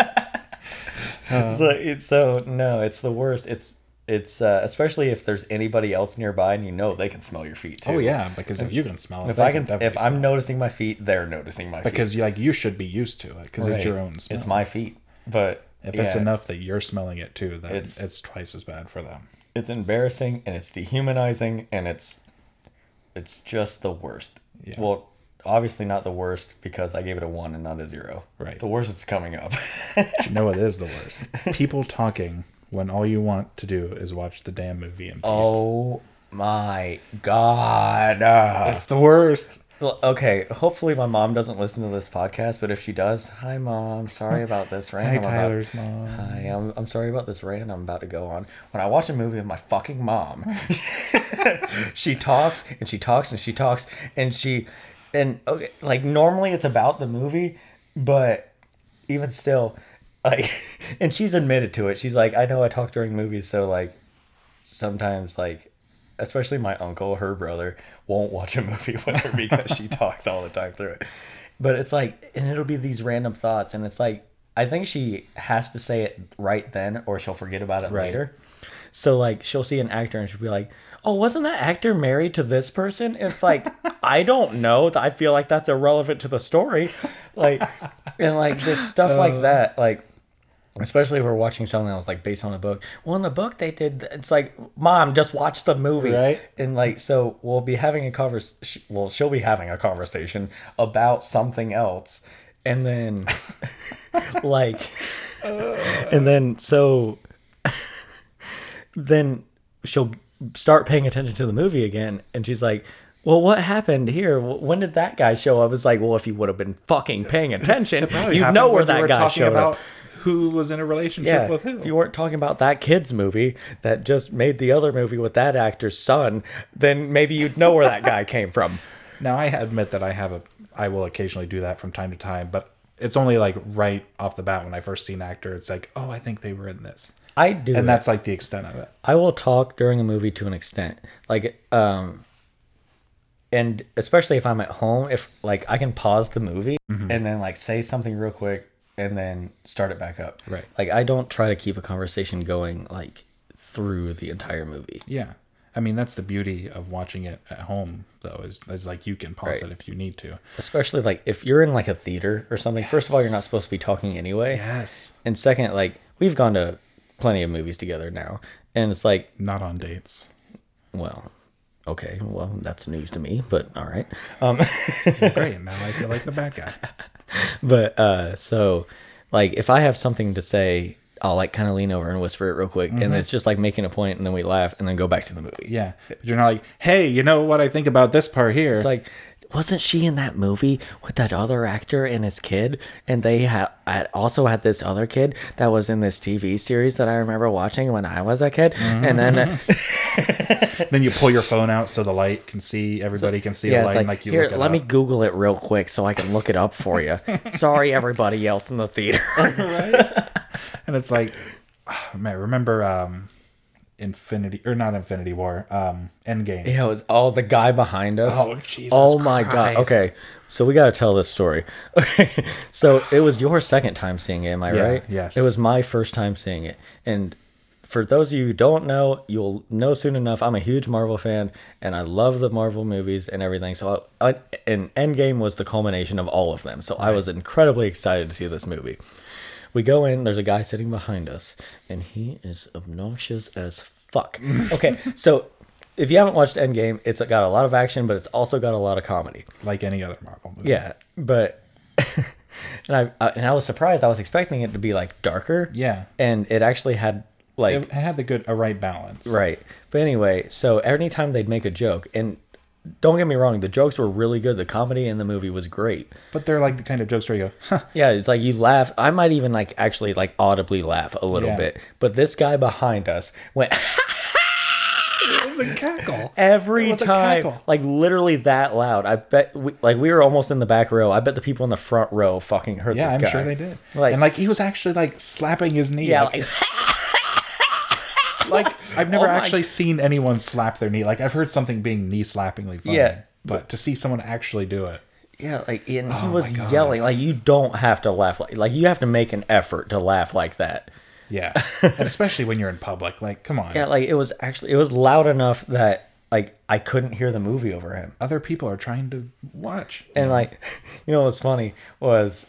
Speaker 2: Uh.
Speaker 1: so it's so no, it's the worst. It's it's uh, especially if there's anybody else nearby and you know they can smell your feet too.
Speaker 2: Oh yeah, because if you can smell it,
Speaker 1: If
Speaker 2: they
Speaker 1: I can,
Speaker 2: definitely
Speaker 1: if
Speaker 2: smell
Speaker 1: I'm noticing my feet, they're noticing my
Speaker 2: it. because you like you should be used to it because
Speaker 1: feet.
Speaker 2: it's your
Speaker 1: Right.
Speaker 2: own smell.
Speaker 1: It's my feet, but
Speaker 2: if it's
Speaker 1: yeah,
Speaker 2: enough that you're smelling it too, then
Speaker 1: It's-
Speaker 2: it's, twice as bad for them.
Speaker 1: it's embarrassing and it's dehumanizing and it's it's just the worst.
Speaker 2: Yeah.
Speaker 1: Well, obviously not the worst because I gave it a one and not a zero.
Speaker 2: Right.
Speaker 1: The worst is coming up.
Speaker 2: But you know what is the worst? People talking when all you want to do is watch the Oh, damn movie in peace.
Speaker 1: oh my god.
Speaker 2: That's the worst.
Speaker 1: Well, okay. Hopefully, my mom doesn't listen to this podcast, but if she does, hi, mom. Sorry about this rant.
Speaker 2: Hi,
Speaker 1: I'm about-
Speaker 2: Tyler's mom.
Speaker 1: Hi, I'm, I'm sorry about this rant I'm about to go on. When I watch a movie with my fucking mom, she talks and she talks and she talks and she, and okay, like normally it's about the movie, but even still, like, and she's admitted to it. She's like, I know I talk during movies, so like sometimes like especially my uncle her brother won't watch a movie with her because she talks all the time through it but it's like and it'll be these random thoughts and it's like i think she has to say it right then or she'll forget about it later so like she'll see an actor and she'll be like oh wasn't that actor married to this person it's like i don't know i feel like that's irrelevant to the story like and like just stuff like that like especially if we're watching something that was like based on a book well in the book they did th- it's like mom just watch the movie
Speaker 2: Right.
Speaker 1: and like so we'll be having a convers sh- well she'll be having a conversation about something else and then like and then so then she'll start paying attention to the movie again and she's like well what happened here Wh- when did that guy show up it's like well if you would have been fucking paying attention
Speaker 2: Probably
Speaker 1: you
Speaker 2: happened
Speaker 1: know where
Speaker 2: when we
Speaker 1: that
Speaker 2: were
Speaker 1: guy
Speaker 2: talking
Speaker 1: showed
Speaker 2: about
Speaker 1: up
Speaker 2: Who was in a relationship
Speaker 1: yeah,
Speaker 2: with who?
Speaker 1: if you weren't talking about that kids movie that just made the other movie with that actor's son, then maybe you'd know where that guy came from.
Speaker 2: Now I admit that I have a I will occasionally do that from time to time, but it's only like right off the bat when I first see an actor, it's like, oh, I think they were in this,
Speaker 1: I do.
Speaker 2: and
Speaker 1: that.
Speaker 2: that's like the extent of it.
Speaker 1: I will talk during a movie to an extent. Like um and especially if I'm at home, if like I can pause the movie
Speaker 2: Mm-hmm.
Speaker 1: and then like say something real quick and then start it back up.
Speaker 2: Right.
Speaker 1: Like I don't try to keep a conversation going like through the entire movie.
Speaker 2: Yeah, I mean that's the beauty of watching it at home, though, is, is like you can pause
Speaker 1: Right.
Speaker 2: it if you need to.
Speaker 1: Especially like if you're in like a theater or something. First of all, you're not supposed to be talking anyway.
Speaker 2: Yes,
Speaker 1: And second, like we've gone to plenty of movies together now, and it's like,
Speaker 2: not on dates.
Speaker 1: well, okay, well that's news to me, but all right.
Speaker 2: Great, now I feel like the bad guy.
Speaker 1: But uh, so, like, if I have something to say, I'll like kind of lean over and whisper it real quick, and it's just like making a point, and then we laugh, and then go back to the movie.
Speaker 2: Yeah, but you're not like, hey, you know what I think about this part here?
Speaker 1: It's like, wasn't she in that movie with that other actor and his kid? And they had I also had this other kid that was in this TV series that I remember watching when I was a kid, and then.
Speaker 2: then you pull your phone out so the light can see, everybody can see the
Speaker 1: Yeah,
Speaker 2: light.
Speaker 1: it's
Speaker 2: and,
Speaker 1: like,
Speaker 2: Like, you
Speaker 1: here,
Speaker 2: look it
Speaker 1: let me
Speaker 2: up."
Speaker 1: Google it real quick so I can look it up for you. Sorry, everybody else in the theater.
Speaker 2: and it's like ah, man remember um infinity or not infinity war um endgame
Speaker 1: yeah, it was all the guy behind us.
Speaker 2: Oh, Jesus
Speaker 1: Oh my god.
Speaker 2: Christ.
Speaker 1: Okay, so we got to tell this story. so it was your second time seeing it, am I
Speaker 2: Yeah,
Speaker 1: right?
Speaker 2: yes.
Speaker 1: It was my first time seeing it, and for those of you who don't know, you'll know soon enough. I'm a huge Marvel fan, and I love the Marvel movies and everything. So, I, I, and Endgame was the culmination of all of them. So I was incredibly excited to see this movie. We go in, there's a guy sitting behind us, and he is obnoxious as fuck. Okay, so if you haven't watched Endgame, it's got a lot of action, but it's also got a lot of comedy.
Speaker 2: like any other marvel movie
Speaker 1: Yeah, but and I, I and I was surprised. I was expecting it to be like darker.
Speaker 2: Yeah.
Speaker 1: and it actually had like
Speaker 2: it had the good a right balance
Speaker 1: Right. But anyway, so anytime they'd make a joke, and don't get me wrong, the jokes were really good. The comedy in the movie was great.
Speaker 2: but they're like the kind of jokes where you go huh,
Speaker 1: Yeah, it's like you laugh. I might even like actually like audibly laugh a little
Speaker 2: Yeah.
Speaker 1: bit. But this guy behind us went
Speaker 2: it was a cackle It
Speaker 1: every
Speaker 2: was a
Speaker 1: time,
Speaker 2: cackle.
Speaker 1: like literally that loud. I bet, we, like we were almost in the back row. I bet the people in the front row fucking heard
Speaker 2: yeah
Speaker 1: this
Speaker 2: i'm
Speaker 1: guy.
Speaker 2: sure they did
Speaker 1: Like,
Speaker 2: and like he was actually like slapping his knee
Speaker 1: yeah,
Speaker 2: like,
Speaker 1: like, oh
Speaker 2: like, i've never
Speaker 1: my-
Speaker 2: actually seen anyone slap their knee like i've heard something being knee slappingly funny
Speaker 1: Yeah.
Speaker 2: but to see someone actually do it
Speaker 1: yeah, like, and he
Speaker 2: my
Speaker 1: was
Speaker 2: God.
Speaker 1: yelling. Like, you don't have to laugh. Like, like, you have to make an effort to laugh like that.
Speaker 2: yeah and especially when you're in public like come on
Speaker 1: Yeah, like it was actually it was loud enough that like I couldn't hear the movie over him.
Speaker 2: other people are trying to watch
Speaker 1: And like you know what's funny was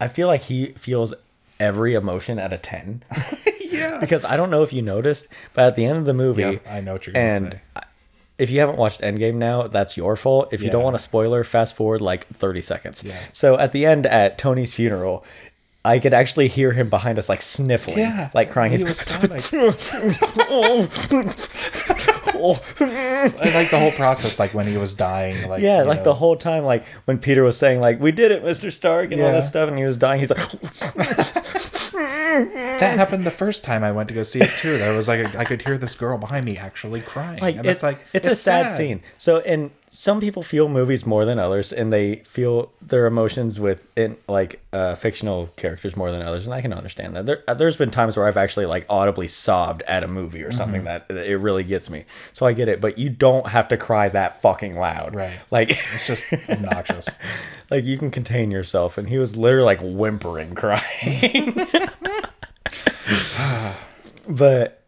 Speaker 1: I feel like he feels every emotion at a 10
Speaker 2: yeah
Speaker 1: because I don't know if you noticed, but at the end of the movie
Speaker 2: Yep, I know what you're gonna
Speaker 1: and
Speaker 2: say.
Speaker 1: I- If you haven't watched Endgame now, that's your fault. If you don't
Speaker 2: Yeah.
Speaker 1: want a spoiler, fast forward like 30 seconds. So at the end at Tony's funeral, I could actually hear him behind us like sniffling,
Speaker 2: Yeah,
Speaker 1: like crying.
Speaker 2: he
Speaker 1: He's
Speaker 2: was sobbing.
Speaker 1: Oh.
Speaker 2: I like the whole process, like when he was dying, like
Speaker 1: yeah,
Speaker 2: you
Speaker 1: like
Speaker 2: know.
Speaker 1: the whole time, like when Peter was saying, like, we did it, Mr. Stark, and all
Speaker 2: Yeah.
Speaker 1: this stuff, and he was dying, he's like,
Speaker 2: that happened the first time I went to go see it too. There was like I could hear this girl behind me actually crying,
Speaker 1: like,
Speaker 2: and
Speaker 1: it's, like it's, a sad, scene. So, and some people feel movies more than others, and they feel their emotions with in like uh, fictional characters more than others, and I can understand that. There, uh, there's been times where I've actually like audibly sobbed at a movie or something that, that it really gets me. So I get it, but you don't have to cry that fucking loud,
Speaker 2: Right.
Speaker 1: Like,
Speaker 2: It's just obnoxious.
Speaker 1: like you can contain yourself. And he was literally like whimpering, crying. but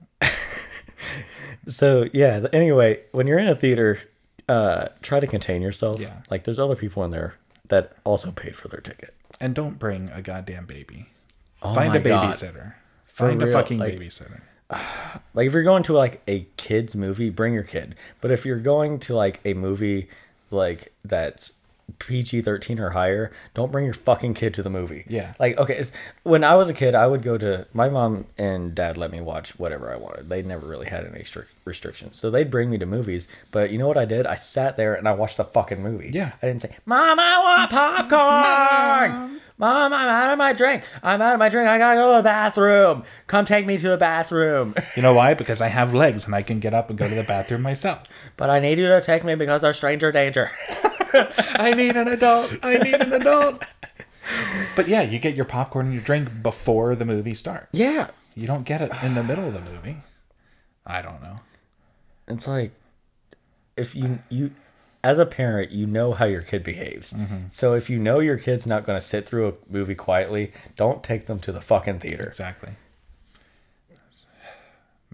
Speaker 1: so yeah th- anyway when you're in a theater uh try to contain yourself
Speaker 2: Yeah.
Speaker 1: like there's other people in there that also paid for their ticket
Speaker 2: and don't bring a goddamn baby. Find
Speaker 1: Oh my
Speaker 2: a
Speaker 1: God.
Speaker 2: babysitter. Find a
Speaker 1: real,
Speaker 2: fucking
Speaker 1: like-
Speaker 2: babysitter.
Speaker 1: like if you're going to like a kids movie bring your kid but if you're going to like a movie like that's pg-13 or higher don't bring your fucking kid to the movie
Speaker 2: Yeah.
Speaker 1: like okay it's, when i was a kid i would go to my mom and dad let me watch whatever i wanted they never really had any strict restrictions so they'd bring me to movies but you know what i did i sat there and i watched the fucking movie
Speaker 2: Yeah.
Speaker 1: i didn't say mom i want popcorn Mom, I'm out of my drink. I'm out of my drink. I gotta go to the bathroom. Come take me to the bathroom.
Speaker 2: You know why? Because I have legs and I can get up and go to the bathroom myself.
Speaker 1: But I need you to take me because there's stranger danger.
Speaker 2: I need an adult. I need an adult. But yeah, you get your popcorn and your drink before the movie starts.
Speaker 1: Yeah.
Speaker 2: You don't get it in the middle of the movie. I don't know.
Speaker 1: It's like if you you as a parent, you know how your kid behaves. So if you know your kid's not going to sit through a movie quietly, don't take them to the fucking theater.
Speaker 2: Exactly.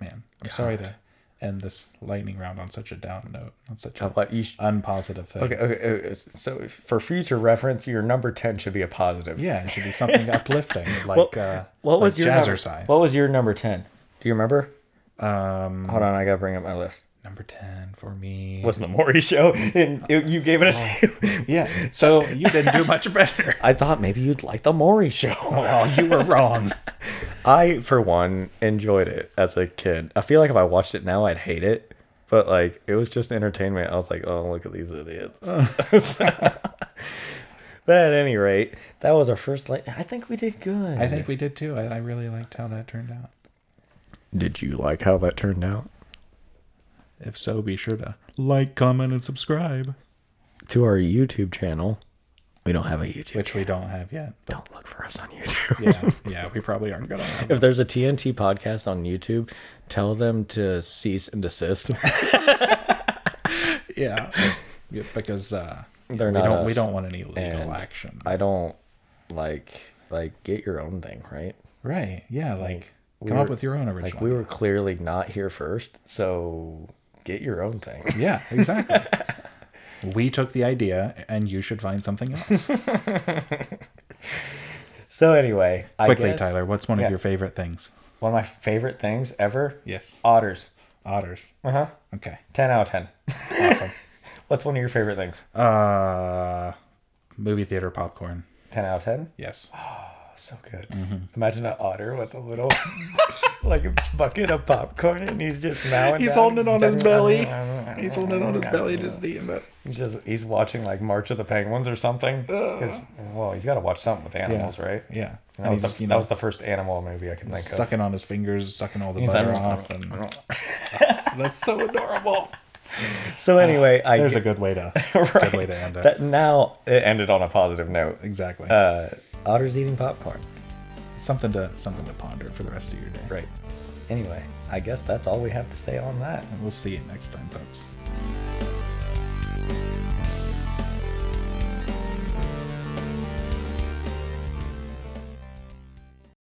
Speaker 2: Man, I'm sorry to end this lightning round on such a down note, on such
Speaker 1: Uh,
Speaker 2: an
Speaker 1: But you sh-
Speaker 2: unpositive thing.
Speaker 1: okay, okay, okay, so if- for future reference, your number 10 should be a positive.
Speaker 2: Yeah, it should be something uplifting, like uh,
Speaker 1: What was
Speaker 2: like
Speaker 1: your number,
Speaker 2: jazzercise.
Speaker 1: What was your number 10? Do you remember?
Speaker 2: Um,
Speaker 1: Hold on, I got to bring up my list.
Speaker 2: number ten for me.
Speaker 1: Wasn't the Maury show and it- you gave it a two.
Speaker 2: yeah, so you didn't do much better.
Speaker 1: I thought maybe you'd like the Maury show.
Speaker 2: Oh, well, you were wrong.
Speaker 1: I, for one, enjoyed it as a kid. I feel like if I watched it now, I'd hate it. But like, it was just entertainment. I was like, oh, look at these idiots. but at any rate, that was our first. Light. I think we did good.
Speaker 2: I think we did too. I, I really liked how that turned out.
Speaker 1: Did you like how that turned out?
Speaker 2: If so, be sure to like, comment, and subscribe,
Speaker 1: To our YouTube channel, we don't have a YouTube.
Speaker 2: which we don't have yet. But
Speaker 1: Don't look for us on YouTube.
Speaker 2: yeah, yeah, we probably aren't gonna. Have.
Speaker 1: If there's a TNT podcast on YouTube, tell them to cease and desist.
Speaker 2: Yeah, Yeah, because uh,
Speaker 1: They're
Speaker 2: we
Speaker 1: not
Speaker 2: don't. We
Speaker 1: us.
Speaker 2: don't want any legal
Speaker 1: And
Speaker 2: action.
Speaker 1: I don't like like get your own thing right.
Speaker 2: right? Yeah, like
Speaker 1: we
Speaker 2: come up
Speaker 1: were-
Speaker 2: with your own original.
Speaker 1: Like we were clearly not here first, so get your own thing.
Speaker 2: Yeah, exactly. we took the idea, and you should find something else.
Speaker 1: So anyway, I
Speaker 2: Quickly,
Speaker 1: guess
Speaker 2: Tyler, what's one
Speaker 1: yeah.
Speaker 2: of your favorite things?
Speaker 1: One of my favorite things ever.
Speaker 2: Yes,
Speaker 1: Otters.
Speaker 2: otters.
Speaker 1: Uh huh.
Speaker 2: Okay,
Speaker 1: Ten out of ten.
Speaker 2: awesome.
Speaker 1: What's one of your favorite things?
Speaker 2: uh, movie theater popcorn.
Speaker 1: Ten out of ten.
Speaker 2: Yes.
Speaker 1: So good.
Speaker 2: Mm-hmm.
Speaker 1: Imagine an otter with a little like a bucket of popcorn, and he's just mowing. down.
Speaker 2: He's holding it on his belly, just eating it.
Speaker 1: He's just he's watching like March of the Penguins or something. 'Cause- Well, he's got to watch something with animals, right?
Speaker 2: Yeah.
Speaker 1: That
Speaker 2: And
Speaker 1: was,
Speaker 2: he's
Speaker 1: the,
Speaker 2: just, you
Speaker 1: that
Speaker 2: know,
Speaker 1: was the first animal movie I can think of.
Speaker 2: sucking on his fingers, sucking all the
Speaker 1: He's
Speaker 2: butter
Speaker 1: like,
Speaker 2: off, and that's so adorable.
Speaker 1: So anyway, I
Speaker 2: There's
Speaker 1: g-
Speaker 2: a good way to
Speaker 1: right,
Speaker 2: good way to end it.
Speaker 1: That now it ended on a positive note.
Speaker 2: exactly.
Speaker 1: Uh, otters eating popcorn.
Speaker 2: something to something to ponder for the rest of your day.
Speaker 1: Right. Anyway, I guess that's all we have to say on that.
Speaker 2: We'll see you next time, folks.